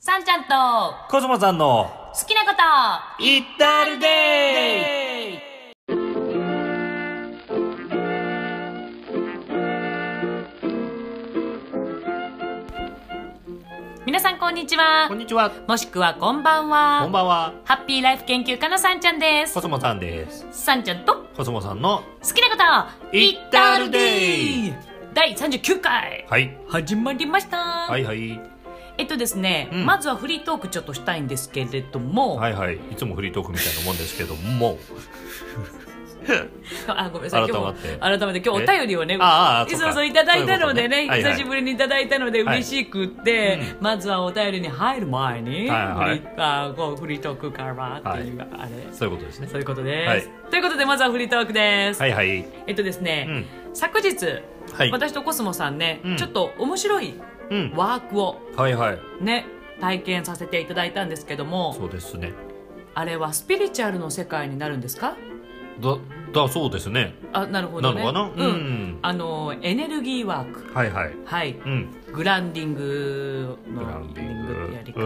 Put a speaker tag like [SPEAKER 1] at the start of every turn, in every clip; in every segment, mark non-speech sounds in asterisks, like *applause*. [SPEAKER 1] さんちゃんと
[SPEAKER 2] コスモさんの
[SPEAKER 1] 好きなこと
[SPEAKER 2] イッタールデイ
[SPEAKER 1] 皆さんこんにちは
[SPEAKER 2] こんにちは
[SPEAKER 1] もしくはこんばん
[SPEAKER 2] こん
[SPEAKER 1] は
[SPEAKER 2] ばんは
[SPEAKER 1] ハッピーライフ研究家のさんちゃんです
[SPEAKER 2] コスモさんです
[SPEAKER 1] さんちゃんと
[SPEAKER 2] コスモさんの
[SPEAKER 1] 好きなこと
[SPEAKER 2] イッタールデイ
[SPEAKER 1] 第39回
[SPEAKER 2] はい
[SPEAKER 1] 始まりました、
[SPEAKER 2] はいはい
[SPEAKER 1] えっとですね、
[SPEAKER 2] うん
[SPEAKER 1] まずはフリートークちょっとしたいんですけれども、
[SPEAKER 2] はいはいいつもフリートークみたいなもんですけども
[SPEAKER 1] *laughs* あごめんなさい今日も
[SPEAKER 2] 改ま
[SPEAKER 1] 改めて今日お便りをね
[SPEAKER 2] えああ
[SPEAKER 1] そう
[SPEAKER 2] そうか
[SPEAKER 1] そういただいたのでね
[SPEAKER 2] そういうことねはいはい
[SPEAKER 1] 久しぶりにいただいたので
[SPEAKER 2] はい
[SPEAKER 1] 嬉しくって、まずはお便りに入る前に、
[SPEAKER 2] はいはい
[SPEAKER 1] フリあこうフリートークからっていう、あれ
[SPEAKER 2] そういうことですね
[SPEAKER 1] そういうことです、
[SPEAKER 2] はい
[SPEAKER 1] ということでまずはフリートークです、
[SPEAKER 2] はいはい
[SPEAKER 1] えっとですね、
[SPEAKER 2] うん
[SPEAKER 1] 昨日、
[SPEAKER 2] はい
[SPEAKER 1] 私とコスモさんね、
[SPEAKER 2] うん
[SPEAKER 1] ちょっと面白い
[SPEAKER 2] うん
[SPEAKER 1] ワークを
[SPEAKER 2] はいはい
[SPEAKER 1] ね体験させていただいたんですけども
[SPEAKER 2] そうですね
[SPEAKER 1] あれはスピリチュアルの世界になるんですか
[SPEAKER 2] だだそうですね
[SPEAKER 1] あなるほどね
[SPEAKER 2] なのかな
[SPEAKER 1] うん、
[SPEAKER 2] うん
[SPEAKER 1] あのエネルギーワーク
[SPEAKER 2] はいはい
[SPEAKER 1] はい
[SPEAKER 2] うん
[SPEAKER 1] グランディング
[SPEAKER 2] ブ
[SPEAKER 1] の
[SPEAKER 2] ランディン
[SPEAKER 1] やり
[SPEAKER 2] グ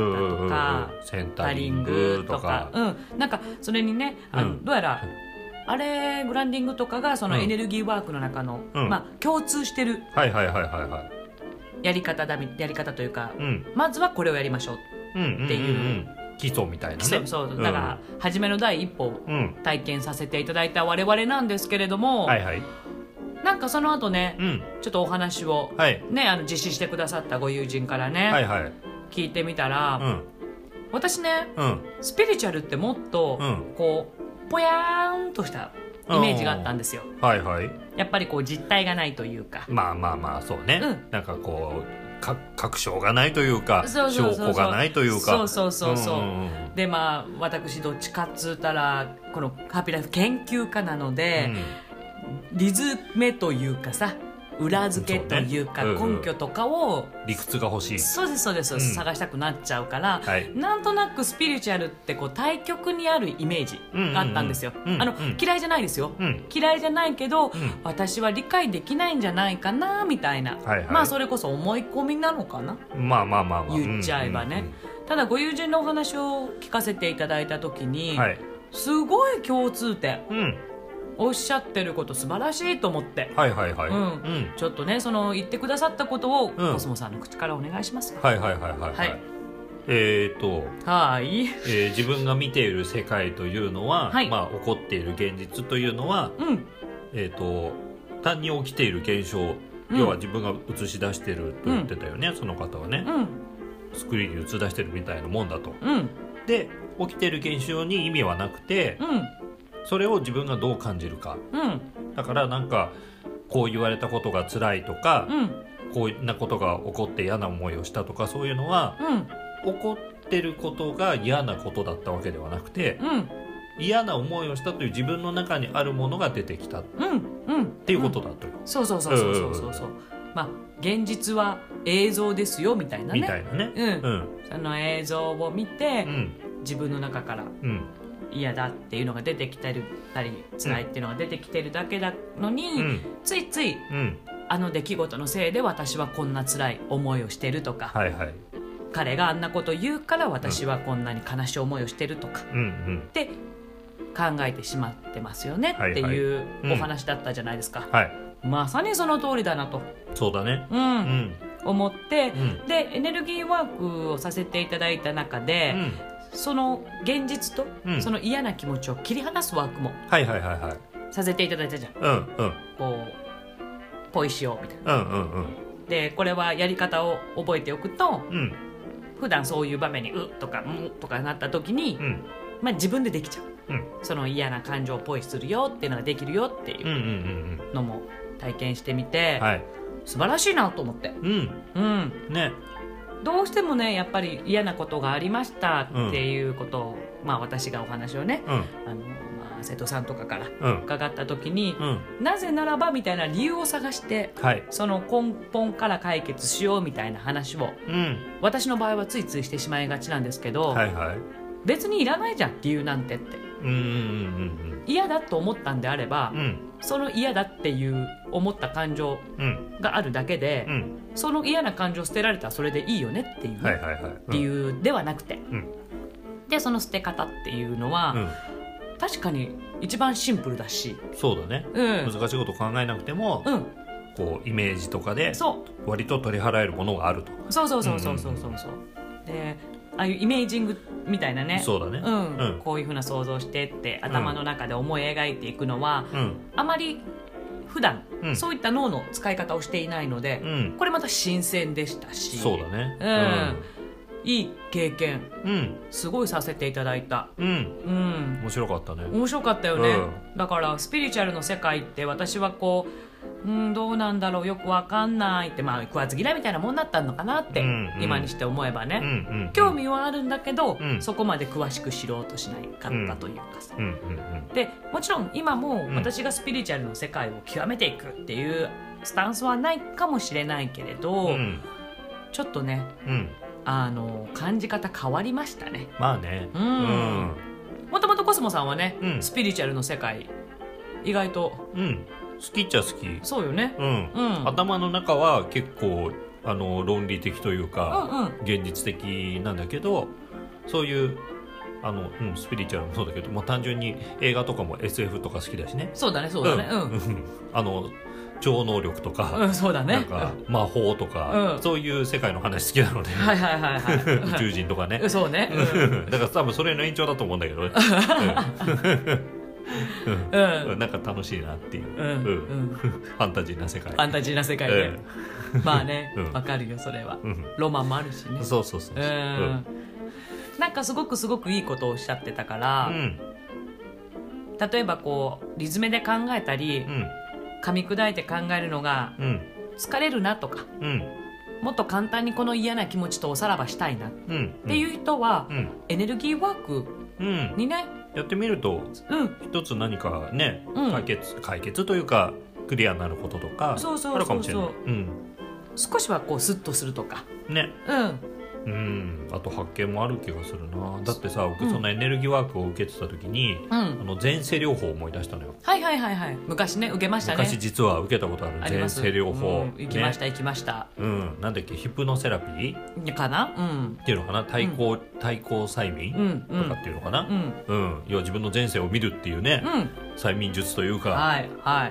[SPEAKER 1] 方とか
[SPEAKER 2] うんセンタ
[SPEAKER 1] タ
[SPEAKER 2] リ
[SPEAKER 1] リ
[SPEAKER 2] ン
[SPEAKER 1] ン
[SPEAKER 2] グ
[SPEAKER 1] グ
[SPEAKER 2] と
[SPEAKER 1] と
[SPEAKER 2] か
[SPEAKER 1] かうんなんかそれにねあの、
[SPEAKER 2] うん
[SPEAKER 1] どうやらあれグランディングとかがその
[SPEAKER 2] うん
[SPEAKER 1] エネルギーワークの中の、
[SPEAKER 2] うん
[SPEAKER 1] まあ、共通してる
[SPEAKER 2] はいはいはいはいはい
[SPEAKER 1] やり方だみやり方というか、
[SPEAKER 2] うん
[SPEAKER 1] まずはこれをやりましょうっ
[SPEAKER 2] うん
[SPEAKER 1] っていうん
[SPEAKER 2] ん基礎みたいなね
[SPEAKER 1] て、そうだから、初めの第一歩を
[SPEAKER 2] うんうん
[SPEAKER 1] 体験させていただいた我々なんですけれども、
[SPEAKER 2] はいはい
[SPEAKER 1] なんかその後ね、
[SPEAKER 2] うん
[SPEAKER 1] ちょっとお話を、
[SPEAKER 2] はい
[SPEAKER 1] ね、あの実施してくださったご友人からね、
[SPEAKER 2] はいはい
[SPEAKER 1] 聞いてみたら、
[SPEAKER 2] うん
[SPEAKER 1] 私ね
[SPEAKER 2] うん
[SPEAKER 1] スピリチュアルってもっと、
[SPEAKER 2] うん
[SPEAKER 1] こうぽやーんとしたイメージがあったんですよ
[SPEAKER 2] はいはい
[SPEAKER 1] やっぱりこう実体がないというか
[SPEAKER 2] まあまあまあそうね、
[SPEAKER 1] うん
[SPEAKER 2] なんかこうか確証がないというか
[SPEAKER 1] そうそうそうそう
[SPEAKER 2] 証拠がないというか
[SPEAKER 1] そうそうそうそうん
[SPEAKER 2] んん
[SPEAKER 1] でまあ私どっちかっつうたらこのハッピーライフ研究家なので、理詰めというかさ裏付けというか
[SPEAKER 2] そうねうんうん
[SPEAKER 1] 根拠とかを
[SPEAKER 2] うん理屈が欲しい
[SPEAKER 1] そうですそうです、
[SPEAKER 2] うん
[SPEAKER 1] 探したくなっちゃうから、
[SPEAKER 2] はい
[SPEAKER 1] なんとなくスピリチュアルってこう対極にあるイメージがあったんですよ、
[SPEAKER 2] うんうんうん
[SPEAKER 1] あの
[SPEAKER 2] うん
[SPEAKER 1] 嫌いじゃないですよ、
[SPEAKER 2] うん
[SPEAKER 1] 嫌いじゃないけど、
[SPEAKER 2] ん
[SPEAKER 1] 私は理解できないんじゃないかなみたいな、
[SPEAKER 2] はいはい
[SPEAKER 1] まあそれこそ思い込みなのかな
[SPEAKER 2] まあまあまあまあ
[SPEAKER 1] 言っちゃえばね、ただご友人のお話を聞かせていただいた時
[SPEAKER 2] うんうんう
[SPEAKER 1] に、
[SPEAKER 2] んはい、
[SPEAKER 1] すごい共通点
[SPEAKER 2] うん、
[SPEAKER 1] おっしゃってること素晴らしいと思って、
[SPEAKER 2] はいはいはい
[SPEAKER 1] うんちょっとねその言ってくださったことを、
[SPEAKER 2] うん
[SPEAKER 1] コスモさんの口からお願いします
[SPEAKER 2] はいはいはいはいは
[SPEAKER 1] はいい
[SPEAKER 2] えー、と、
[SPEAKER 1] はい
[SPEAKER 2] えー自分が見ている世界というのは、
[SPEAKER 1] はい
[SPEAKER 2] まあ、起こっている現実というのは、
[SPEAKER 1] うん
[SPEAKER 2] えー、と単に起きている現象、
[SPEAKER 1] うん
[SPEAKER 2] 要は自分が映し出してると言ってたよね、その方はね、
[SPEAKER 1] うん
[SPEAKER 2] スクリーンに映し出してるみたいなもんだと
[SPEAKER 1] うん
[SPEAKER 2] で起きてる現象に意味はなくて
[SPEAKER 1] うん
[SPEAKER 2] それを自分がどう感じるか
[SPEAKER 1] うん
[SPEAKER 2] だからなんかこう言われたことが辛いとか、
[SPEAKER 1] うん
[SPEAKER 2] こういなことが起こって嫌な思いをしたとかそういうのは
[SPEAKER 1] うん
[SPEAKER 2] 起こってることが嫌なことだったわけではなくて
[SPEAKER 1] うん
[SPEAKER 2] 嫌な思いをしたという自分の中にあるものが出てきたっ
[SPEAKER 1] うんうん
[SPEAKER 2] ていうことだと、
[SPEAKER 1] そうそうそうそうそうそうそうまあ現実は映像ですよみたいなね
[SPEAKER 2] みたいなね。
[SPEAKER 1] うん
[SPEAKER 2] うん
[SPEAKER 1] その映像を見て、
[SPEAKER 2] うん
[SPEAKER 1] 自分の中から
[SPEAKER 2] うん
[SPEAKER 1] 嫌だっていうのが出てきてるたり辛いっていうのが出てきてるだけなのに、
[SPEAKER 2] うん
[SPEAKER 1] ついつい
[SPEAKER 2] うん
[SPEAKER 1] あの出来事のせいで私はこんな辛い思いをしてるとか、
[SPEAKER 2] はいはい
[SPEAKER 1] 彼があんなこと言うから私はこんなに悲しい思いをしてるとか、
[SPEAKER 2] うんうん
[SPEAKER 1] で考えてしまってますよねっていう
[SPEAKER 2] はいうん
[SPEAKER 1] お話だったじゃないですか、
[SPEAKER 2] はい
[SPEAKER 1] まさにその通りだなと、
[SPEAKER 2] そうだね
[SPEAKER 1] う
[SPEAKER 2] うんん
[SPEAKER 1] 思って、
[SPEAKER 2] うん
[SPEAKER 1] でエネルギーワークをさせていただいた中
[SPEAKER 2] う
[SPEAKER 1] で、
[SPEAKER 2] ん
[SPEAKER 1] その現実と、
[SPEAKER 2] うん
[SPEAKER 1] その嫌な気持ちを切り離すワークも
[SPEAKER 2] はいはいはいはい
[SPEAKER 1] させていただいたじゃん
[SPEAKER 2] うんうん
[SPEAKER 1] こうポイしようみたいな
[SPEAKER 2] うんうんうん
[SPEAKER 1] でこれはやり方を覚えておくと
[SPEAKER 2] うん
[SPEAKER 1] 普段そういう場面に「う」とか「ん」とかなった時に、
[SPEAKER 2] うん
[SPEAKER 1] まあ、自分でできちゃう
[SPEAKER 2] うん
[SPEAKER 1] その嫌な感情をポイするよっていうのができるよって
[SPEAKER 2] うんう
[SPEAKER 1] い
[SPEAKER 2] ん
[SPEAKER 1] う
[SPEAKER 2] うん
[SPEAKER 1] のも体験してみ
[SPEAKER 2] う
[SPEAKER 1] て、
[SPEAKER 2] んはい
[SPEAKER 1] 素晴らしいなと思って、
[SPEAKER 2] うん
[SPEAKER 1] うん、
[SPEAKER 2] ね
[SPEAKER 1] どうしてもねやっぱり嫌なことがありましたっていうことを、まあ私がお話をね
[SPEAKER 2] うん
[SPEAKER 1] あの、まあ、瀬戸さんとかから
[SPEAKER 2] うん
[SPEAKER 1] 伺った時に、
[SPEAKER 2] うん
[SPEAKER 1] なぜならばみたいな理由を探して
[SPEAKER 2] はい
[SPEAKER 1] その根本から解決しようみたいな話を
[SPEAKER 2] うん
[SPEAKER 1] 私の場合はついついしてしまいがちなんですけど、
[SPEAKER 2] はいはい
[SPEAKER 1] 別にいらないじゃん理由なんてって
[SPEAKER 2] うんうんうん
[SPEAKER 1] 嫌だと思ったんであれば
[SPEAKER 2] うんうん
[SPEAKER 1] その嫌だっていう思った感情
[SPEAKER 2] うん
[SPEAKER 1] があるだけで
[SPEAKER 2] う、ん
[SPEAKER 1] その嫌な感情捨てられたらそれでいいよねっていう
[SPEAKER 2] はいはいはい
[SPEAKER 1] 理由ではなくて、
[SPEAKER 2] うん
[SPEAKER 1] でその捨て方っていうの
[SPEAKER 2] う
[SPEAKER 1] は、
[SPEAKER 2] ん、
[SPEAKER 1] 確かに一番シンプルだし、
[SPEAKER 2] うん、そうだね、
[SPEAKER 1] うん
[SPEAKER 2] 難しいこと考えなくても、
[SPEAKER 1] うん、
[SPEAKER 2] こうイメージとかで
[SPEAKER 1] そう
[SPEAKER 2] 割と取り払えるものがあると
[SPEAKER 1] そうそうそうそうそうそうそうでああいうイメージングみたいなね
[SPEAKER 2] そうだね
[SPEAKER 1] うん
[SPEAKER 2] うん
[SPEAKER 1] こういうふうな想像してって頭の中で思い描いていくのは、
[SPEAKER 2] うん
[SPEAKER 1] あまり普段、
[SPEAKER 2] うん
[SPEAKER 1] そういった脳の使い方をしていないので
[SPEAKER 2] う、ん
[SPEAKER 1] これまた新鮮でしたし
[SPEAKER 2] そうだね
[SPEAKER 1] いい経験
[SPEAKER 2] うんうん
[SPEAKER 1] すごいさせていただいた
[SPEAKER 2] うん
[SPEAKER 1] うん
[SPEAKER 2] 面白かったね
[SPEAKER 1] 面白かったよね、
[SPEAKER 2] う
[SPEAKER 1] だからスピリチュアルの世界って私はこううんどうなんだろうよくわかんないってまあ食わず嫌いみたいなもんだったのかなって、
[SPEAKER 2] うんうん
[SPEAKER 1] 今にして思えばね、
[SPEAKER 2] うんうん
[SPEAKER 1] 興味はあるんだけど、
[SPEAKER 2] うん
[SPEAKER 1] そこまで詳しく知ろうとしないかったというかさ、
[SPEAKER 2] うんうんうん
[SPEAKER 1] でもちろん今も
[SPEAKER 2] ん
[SPEAKER 1] 私がスピリチュアルの世界を極めていくっていうスタンスはないかもしれないけれど、
[SPEAKER 2] うん
[SPEAKER 1] ちょっとね
[SPEAKER 2] うん
[SPEAKER 1] あの感じ方変わりましたね
[SPEAKER 2] まあね
[SPEAKER 1] う
[SPEAKER 2] うんん
[SPEAKER 1] もともとコスモさんはね、
[SPEAKER 2] うん
[SPEAKER 1] スピリチュアルの世界意外と
[SPEAKER 2] うん好きっちゃ好き
[SPEAKER 1] そうよね
[SPEAKER 2] うん
[SPEAKER 1] うん
[SPEAKER 2] 頭の中は結構あの論理的というか、
[SPEAKER 1] うんうん
[SPEAKER 2] 現実的なんだけどそういうあの、うん、スピリチュアルもそうだけど、まあ、単純に映画とかも SF とか好きだしね
[SPEAKER 1] そうだねそうだねうん、
[SPEAKER 2] ん *laughs* あの超能力と
[SPEAKER 1] う
[SPEAKER 2] か,、
[SPEAKER 1] ん、そうだね
[SPEAKER 2] なんか魔法とか、
[SPEAKER 1] うん
[SPEAKER 2] そういう世界の話好きなので、
[SPEAKER 1] うんはいはいはい
[SPEAKER 2] *laughs* 宇
[SPEAKER 1] は
[SPEAKER 2] 宙人とかね *laughs*
[SPEAKER 1] いそうねうん
[SPEAKER 2] だから多分それの延長だと思うんだけどね、
[SPEAKER 1] う
[SPEAKER 2] うん
[SPEAKER 1] ん
[SPEAKER 2] なんか楽しいなっていう、
[SPEAKER 1] うん、う
[SPEAKER 2] うん
[SPEAKER 1] ん
[SPEAKER 2] ファンタジーな世界
[SPEAKER 1] ファンタジーな世界で、まあね
[SPEAKER 2] うん
[SPEAKER 1] わかるよそれは、
[SPEAKER 2] うん
[SPEAKER 1] ロマンもあるしね
[SPEAKER 2] うんそうそうそうそう
[SPEAKER 1] う、んなんかすごくすごくいいことをおっしゃってたから、
[SPEAKER 2] うん
[SPEAKER 1] 例えばこうリズムで考えたり、
[SPEAKER 2] うん
[SPEAKER 1] 噛み砕いて考えるのが
[SPEAKER 2] うん
[SPEAKER 1] 疲れるなとか
[SPEAKER 2] うん
[SPEAKER 1] もっと簡単にこの嫌な気持ちとおさらばしたいなっ
[SPEAKER 2] うん
[SPEAKER 1] ていう人は、
[SPEAKER 2] うん
[SPEAKER 1] エネルギーワーク
[SPEAKER 2] うん
[SPEAKER 1] にね
[SPEAKER 2] やってみると
[SPEAKER 1] うん
[SPEAKER 2] 一つ何かね
[SPEAKER 1] うん
[SPEAKER 2] 解決、解決というかクリアになることとか
[SPEAKER 1] そうそうそうそう
[SPEAKER 2] あるかもしれないうん
[SPEAKER 1] 少しはこうスッとするとか
[SPEAKER 2] ね
[SPEAKER 1] うん
[SPEAKER 2] うんあと発見もある気がするなだってさ僕そのエネルギーワークを受けてた時に、
[SPEAKER 1] う
[SPEAKER 2] あ
[SPEAKER 1] ん
[SPEAKER 2] の前世療法を思い出したのよ
[SPEAKER 1] はいはいはいはい昔ね受けましたね
[SPEAKER 2] 昔実は受けたことある
[SPEAKER 1] あり
[SPEAKER 2] 前
[SPEAKER 1] ます
[SPEAKER 2] 世療法、
[SPEAKER 1] うん行きました、
[SPEAKER 2] ね
[SPEAKER 1] 行きました
[SPEAKER 2] うん、なんだっけヒプノセラピーっ
[SPEAKER 1] かなうん
[SPEAKER 2] ていうのかな対抗、対抗催
[SPEAKER 1] う
[SPEAKER 2] 眠
[SPEAKER 1] んう
[SPEAKER 2] とかっ
[SPEAKER 1] ん
[SPEAKER 2] ていうのかな、
[SPEAKER 1] うん
[SPEAKER 2] うん、要は自分の前世を見るっていうね、
[SPEAKER 1] うん
[SPEAKER 2] 催眠術というか、
[SPEAKER 1] はいは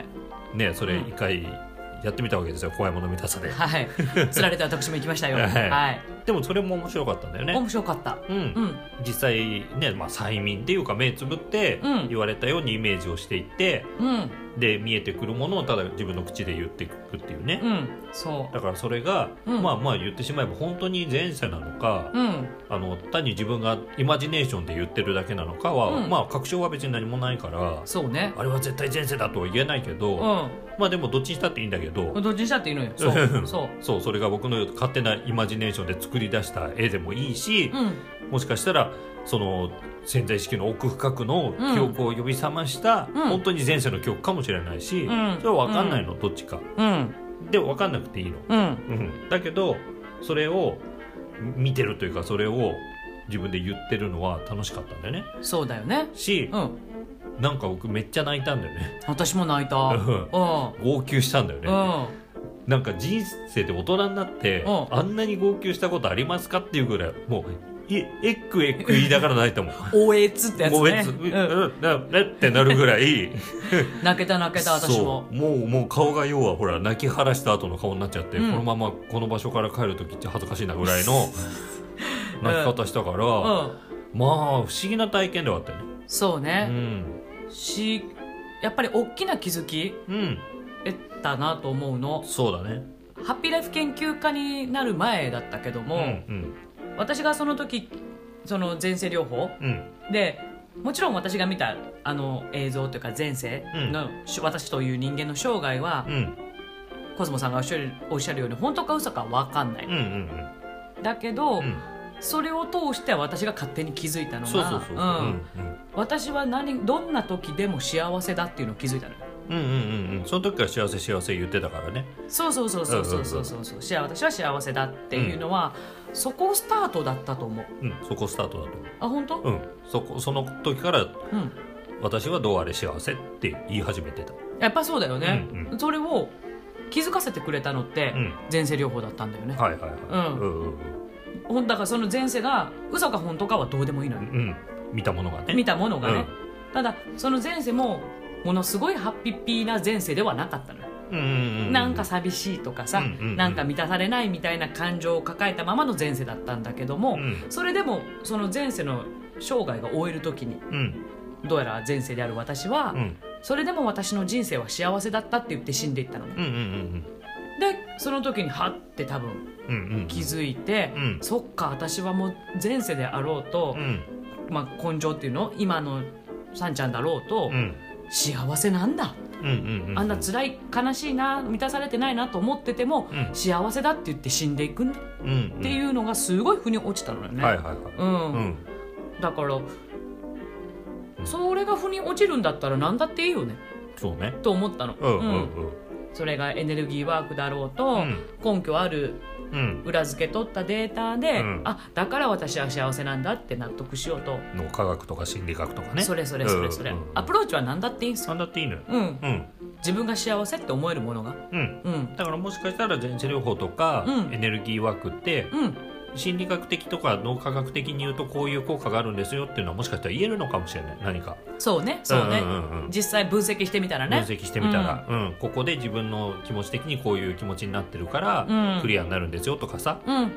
[SPEAKER 1] い
[SPEAKER 2] ねそれ
[SPEAKER 1] うん
[SPEAKER 2] 一回やってみたわけですよ怖いもの見たさで
[SPEAKER 1] はいつられて私も行きましたよ
[SPEAKER 2] *laughs* は
[SPEAKER 1] はいい
[SPEAKER 2] でもそれも面白かったんだよね
[SPEAKER 1] 面白かった
[SPEAKER 2] うん、
[SPEAKER 1] うん
[SPEAKER 2] 実際ね、まあ、催眠っていうか目つぶって
[SPEAKER 1] うん
[SPEAKER 2] 言われたようにイメージをしていって、
[SPEAKER 1] うん
[SPEAKER 2] で見えてくるものをただ自分の口で言っていくっていうね、
[SPEAKER 1] うんそ
[SPEAKER 2] だからそれが、
[SPEAKER 1] うん
[SPEAKER 2] まあまあ言ってしまえば本当に前世なのか、
[SPEAKER 1] ううん
[SPEAKER 2] あの単に自分がイマジネーションで言ってるだけなのかは、
[SPEAKER 1] うん
[SPEAKER 2] まあ確証は別に何もないから
[SPEAKER 1] そうね
[SPEAKER 2] あれは絶対前世だとは言えないけど、
[SPEAKER 1] う
[SPEAKER 2] まあでもどっちにしたっていいんだけど、
[SPEAKER 1] んどっちにしたっていいのよそう
[SPEAKER 2] *laughs*
[SPEAKER 1] そ
[SPEAKER 2] そうそれが僕の勝手なイマジネーションで作り出した絵でもいいし
[SPEAKER 1] う、うん
[SPEAKER 2] もしかしたらその潜在意識の奥深くの
[SPEAKER 1] うん
[SPEAKER 2] 記憶を呼び覚ました、
[SPEAKER 1] うん
[SPEAKER 2] 本当に前世の記憶かもしれないし、
[SPEAKER 1] うん
[SPEAKER 2] それは分かんないの、どっちか
[SPEAKER 1] うん
[SPEAKER 2] で分かんなくていいの、
[SPEAKER 1] うん
[SPEAKER 2] うん、だけどそれを見てるというかそれを自分で言ってるのは楽しかったんだよね
[SPEAKER 1] そうだよね
[SPEAKER 2] し、
[SPEAKER 1] うん
[SPEAKER 2] なんか僕めっちゃ泣いたんだよね *laughs*
[SPEAKER 1] 私も泣いたうん
[SPEAKER 2] 号泣したんだよね、
[SPEAKER 1] うん
[SPEAKER 2] なんか人生で大人になって、
[SPEAKER 1] うん
[SPEAKER 2] あんなに号泣したことありますかっていうぐらいもういえっくえっく言いながら泣いたもん
[SPEAKER 1] おえつ *laughs* ってやつ
[SPEAKER 2] もうえ
[SPEAKER 1] ね
[SPEAKER 2] つう
[SPEAKER 1] うん
[SPEAKER 2] うんななってなるぐらい
[SPEAKER 1] 泣けた泣けた私
[SPEAKER 2] そ
[SPEAKER 1] も
[SPEAKER 2] うもうもう顔が要はほら泣き晴らした後の顔になっちゃって、
[SPEAKER 1] うん
[SPEAKER 2] このままこの場所から帰る時って恥ずかしいなぐら
[SPEAKER 1] *laughs*
[SPEAKER 2] いの泣き方したか
[SPEAKER 1] う
[SPEAKER 2] ら、
[SPEAKER 1] ん
[SPEAKER 2] まあ不思議な体験ではあったよね
[SPEAKER 1] そう
[SPEAKER 2] う
[SPEAKER 1] ね
[SPEAKER 2] ん
[SPEAKER 1] しやっぱり大きな気づき
[SPEAKER 2] うん
[SPEAKER 1] 得たなと思うの
[SPEAKER 2] そうだね
[SPEAKER 1] ハッピーライフ研究家になる前だったけども、
[SPEAKER 2] うん
[SPEAKER 1] 私がその時その前世療法
[SPEAKER 2] うんうん
[SPEAKER 1] でもちろん私が見たあの映像というか前世の、し私という人間の生涯は、
[SPEAKER 2] うん
[SPEAKER 1] コスモさんがおっしゃるおっしゃるように本当か嘘か分かんない、
[SPEAKER 2] うんうんうん
[SPEAKER 1] だけど、
[SPEAKER 2] うん
[SPEAKER 1] それを通して私が勝手に気づいたのが
[SPEAKER 2] そうそうそうそううんうん
[SPEAKER 1] 私は何どんな時でも幸せだっていうのを気づいたのよ
[SPEAKER 2] うんうんうんうんその時から幸せ幸せ言ってたからね
[SPEAKER 1] そうそうそうそうそうそうそうそう幸私は幸せだっていうのは、そこスタートだったと思う
[SPEAKER 2] うんそこスタートだと思
[SPEAKER 1] あ本当
[SPEAKER 2] ううんそこその時から
[SPEAKER 1] うん
[SPEAKER 2] 私はどうあれ幸せって言い始めてた
[SPEAKER 1] やっぱそうだよね、
[SPEAKER 2] うん
[SPEAKER 1] それを気づかせてくれたのって
[SPEAKER 2] うん
[SPEAKER 1] 前世療法だったんだよね、
[SPEAKER 2] はいはいはい、
[SPEAKER 1] うん
[SPEAKER 2] うんうん
[SPEAKER 1] ほんだからその前世が嘘か本当かはどうでもいいのよ、
[SPEAKER 2] うんうん見たものがね
[SPEAKER 1] 見たものがね、ただその前世もものすごいハッピッピーな前世ではなかったのよ
[SPEAKER 2] うんうんうん、
[SPEAKER 1] なんか寂しいとかさ、
[SPEAKER 2] うんうんうん
[SPEAKER 1] なんか満たされないみたいな感情を抱えたままの前世だったんだけども、
[SPEAKER 2] うん
[SPEAKER 1] それでもその前世の生涯が終える時に
[SPEAKER 2] うん
[SPEAKER 1] どうやら前世である私は、
[SPEAKER 2] うん
[SPEAKER 1] それでも私の人生は幸せだったって言って死んでいったのね
[SPEAKER 2] うんうんうん
[SPEAKER 1] でその時にハッて多分
[SPEAKER 2] うんうん
[SPEAKER 1] 気づいて、
[SPEAKER 2] うん
[SPEAKER 1] そっか私はもう前世であろうと
[SPEAKER 2] う、ん
[SPEAKER 1] まあ、根性っていうの今のさんちゃんだろうと、
[SPEAKER 2] うん
[SPEAKER 1] 幸せなんだ
[SPEAKER 2] うんうんうん
[SPEAKER 1] あんな辛い悲しいな満たされてないなと思ってても、
[SPEAKER 2] うん
[SPEAKER 1] 幸せだって言って死んでいくんだっ
[SPEAKER 2] うんうん
[SPEAKER 1] ていうのがすごい腑に落ちたのよね、
[SPEAKER 2] はいはいはい
[SPEAKER 1] うん
[SPEAKER 2] うん
[SPEAKER 1] だからそれが腑に落ちるんだったら何だっていいよね
[SPEAKER 2] そうね
[SPEAKER 1] と思ったの、
[SPEAKER 2] うん
[SPEAKER 1] う
[SPEAKER 2] う
[SPEAKER 1] んんそれがエネルギーワークだろうと、
[SPEAKER 2] うん
[SPEAKER 1] 根拠ある
[SPEAKER 2] うん
[SPEAKER 1] 裏付け取ったデータで、
[SPEAKER 2] うん
[SPEAKER 1] あだから私は幸せなんだって納得しようと、
[SPEAKER 2] うんの科学とか心理学とかね
[SPEAKER 1] それそれそれそれ、
[SPEAKER 2] うんうんうん
[SPEAKER 1] アプローチは何だっていいんですよ、
[SPEAKER 2] なんだっていいのよ
[SPEAKER 1] うん、
[SPEAKER 2] うん
[SPEAKER 1] 自分が幸せって思えるものが
[SPEAKER 2] うん
[SPEAKER 1] うん
[SPEAKER 2] だからもしかしたら前世療法とか
[SPEAKER 1] うん
[SPEAKER 2] エネルギーワークって
[SPEAKER 1] うん
[SPEAKER 2] 心理学的とか脳科学的に言うとこういう効果があるんですよっていうのはもしかしたら言えるのかもしれない何か
[SPEAKER 1] そうねそうね、
[SPEAKER 2] んんうんうん
[SPEAKER 1] 実際分析してみたら
[SPEAKER 2] 分
[SPEAKER 1] ね
[SPEAKER 2] 析してみたら、うんここで自分の気持ち的にこういう気持ちになってるから、
[SPEAKER 1] うん
[SPEAKER 2] クリアになるんですよとかさ、
[SPEAKER 1] うん
[SPEAKER 2] うん、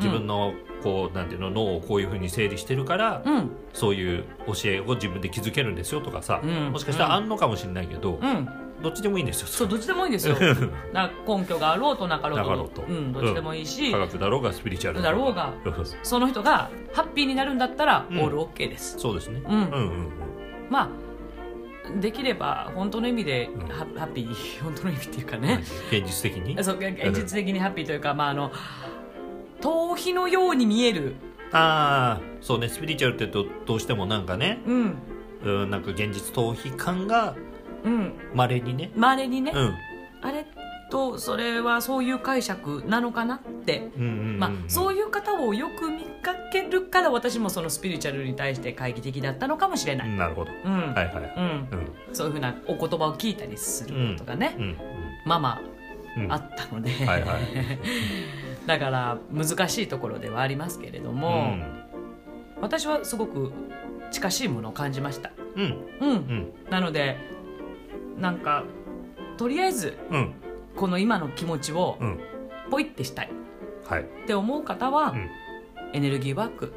[SPEAKER 2] 自分のこうなんていうの脳をこういうふうに整理してるから、
[SPEAKER 1] うん
[SPEAKER 2] そういう教えを自分で気づけるんですよとかさ、
[SPEAKER 1] うん
[SPEAKER 2] もしかしたらあんのかもしれないけど、
[SPEAKER 1] うん
[SPEAKER 2] どっちでもいいんですよ
[SPEAKER 1] そうどっちでもいいんです
[SPEAKER 2] *laughs*
[SPEAKER 1] よだから根拠があろうとなかろうと
[SPEAKER 2] なかろうと
[SPEAKER 1] ん、どっちでもいいし、
[SPEAKER 2] 科学だろうがスピリチュアル
[SPEAKER 1] だろ
[SPEAKER 2] うん
[SPEAKER 1] その人がハッピーになるんだったら、
[SPEAKER 2] うん
[SPEAKER 1] オールオッケーです
[SPEAKER 2] そうですね、
[SPEAKER 1] うん
[SPEAKER 2] うんうん
[SPEAKER 1] まあできれば本当の意味で
[SPEAKER 2] ん
[SPEAKER 1] ハ,、ハッピー *laughs* 本当の意味っていうか
[SPEAKER 2] うん
[SPEAKER 1] ね、
[SPEAKER 2] 現実的に
[SPEAKER 1] *laughs* そう現実的にハッピーというか、まあ、あの逃避のように見える、
[SPEAKER 2] ああそうねスピリチュアルってどどうしてもなんかね、
[SPEAKER 1] うん
[SPEAKER 2] うん、なんか現実逃避感が
[SPEAKER 1] うん、
[SPEAKER 2] まれにね、
[SPEAKER 1] まれにね、
[SPEAKER 2] うん、
[SPEAKER 1] あれとそれはそういう解釈なのかなって、
[SPEAKER 2] うんうんうん
[SPEAKER 1] まあ、そういう方をよく見かけるから私もそのスピリチュアルに対して懐疑的だったのかもしれない。
[SPEAKER 2] なるほど。
[SPEAKER 1] うん、
[SPEAKER 2] はいはい。
[SPEAKER 1] うん
[SPEAKER 2] うん。
[SPEAKER 1] そういうふうなお言葉を聞いたりすることがね、
[SPEAKER 2] うん。
[SPEAKER 1] まあま
[SPEAKER 2] うん。うん
[SPEAKER 1] ああったので、
[SPEAKER 2] はいはい
[SPEAKER 1] *laughs* だから難しいところではありますけれども、私はすごく近しいものを感じました、
[SPEAKER 2] うん。う
[SPEAKER 1] う
[SPEAKER 2] ん。
[SPEAKER 1] ん
[SPEAKER 2] うん。
[SPEAKER 1] なのでなんかとりあえず
[SPEAKER 2] うん。
[SPEAKER 1] この今の気持ちを
[SPEAKER 2] うん。
[SPEAKER 1] ポイってしたい
[SPEAKER 2] はい。
[SPEAKER 1] って思う方は、
[SPEAKER 2] うん
[SPEAKER 1] エネルギーワーク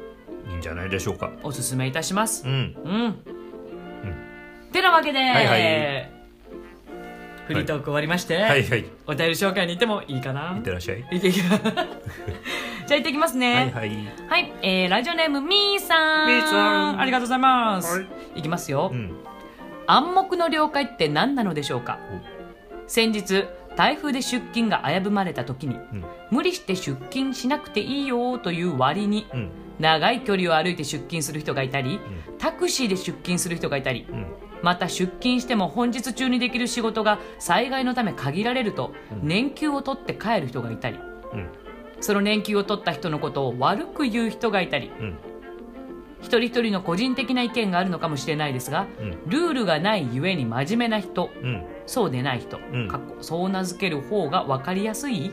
[SPEAKER 2] いいんじゃないでしょうか。
[SPEAKER 1] おすすめいたします
[SPEAKER 2] う。ん。
[SPEAKER 1] うん。てなわけで、
[SPEAKER 2] いはい
[SPEAKER 1] フリートーク終わりまして、
[SPEAKER 2] はいはい。い
[SPEAKER 1] お便り紹介に行ってもいいかな
[SPEAKER 2] っ。てらっしゃい。
[SPEAKER 1] いけいけじゃ
[SPEAKER 2] *laughs*
[SPEAKER 1] あ行ってきます
[SPEAKER 2] はい
[SPEAKER 1] ね。
[SPEAKER 2] はい。
[SPEAKER 1] はい、えーラジオネームみーさん。
[SPEAKER 2] みーさん
[SPEAKER 1] ありがとうございます。、
[SPEAKER 2] はい
[SPEAKER 1] きますよ、
[SPEAKER 2] うん。
[SPEAKER 1] 暗黙の了解って何なのでしょうか。先日台風で出勤が危ぶまれた時に、
[SPEAKER 2] うん
[SPEAKER 1] 無理して出勤しなくていいよという割に、
[SPEAKER 2] うん。
[SPEAKER 1] 長い距離を歩いて出勤する人がいたり、タクシーで出勤する人がいたり、
[SPEAKER 2] うん。
[SPEAKER 1] また出勤しても本日中にできる仕事が災害のため限られると年休を取って帰る人がいたり
[SPEAKER 2] うん。
[SPEAKER 1] その年休を取った人のことを悪く言う人がいたり
[SPEAKER 2] うん。
[SPEAKER 1] 一人一人の個人的な意見があるのかもしれないですが、
[SPEAKER 2] うん
[SPEAKER 1] ルールがないゆえに真面目な人
[SPEAKER 2] うん。
[SPEAKER 1] そうでない人、
[SPEAKER 2] うん
[SPEAKER 1] かっこそう名付ける方が分かりやすい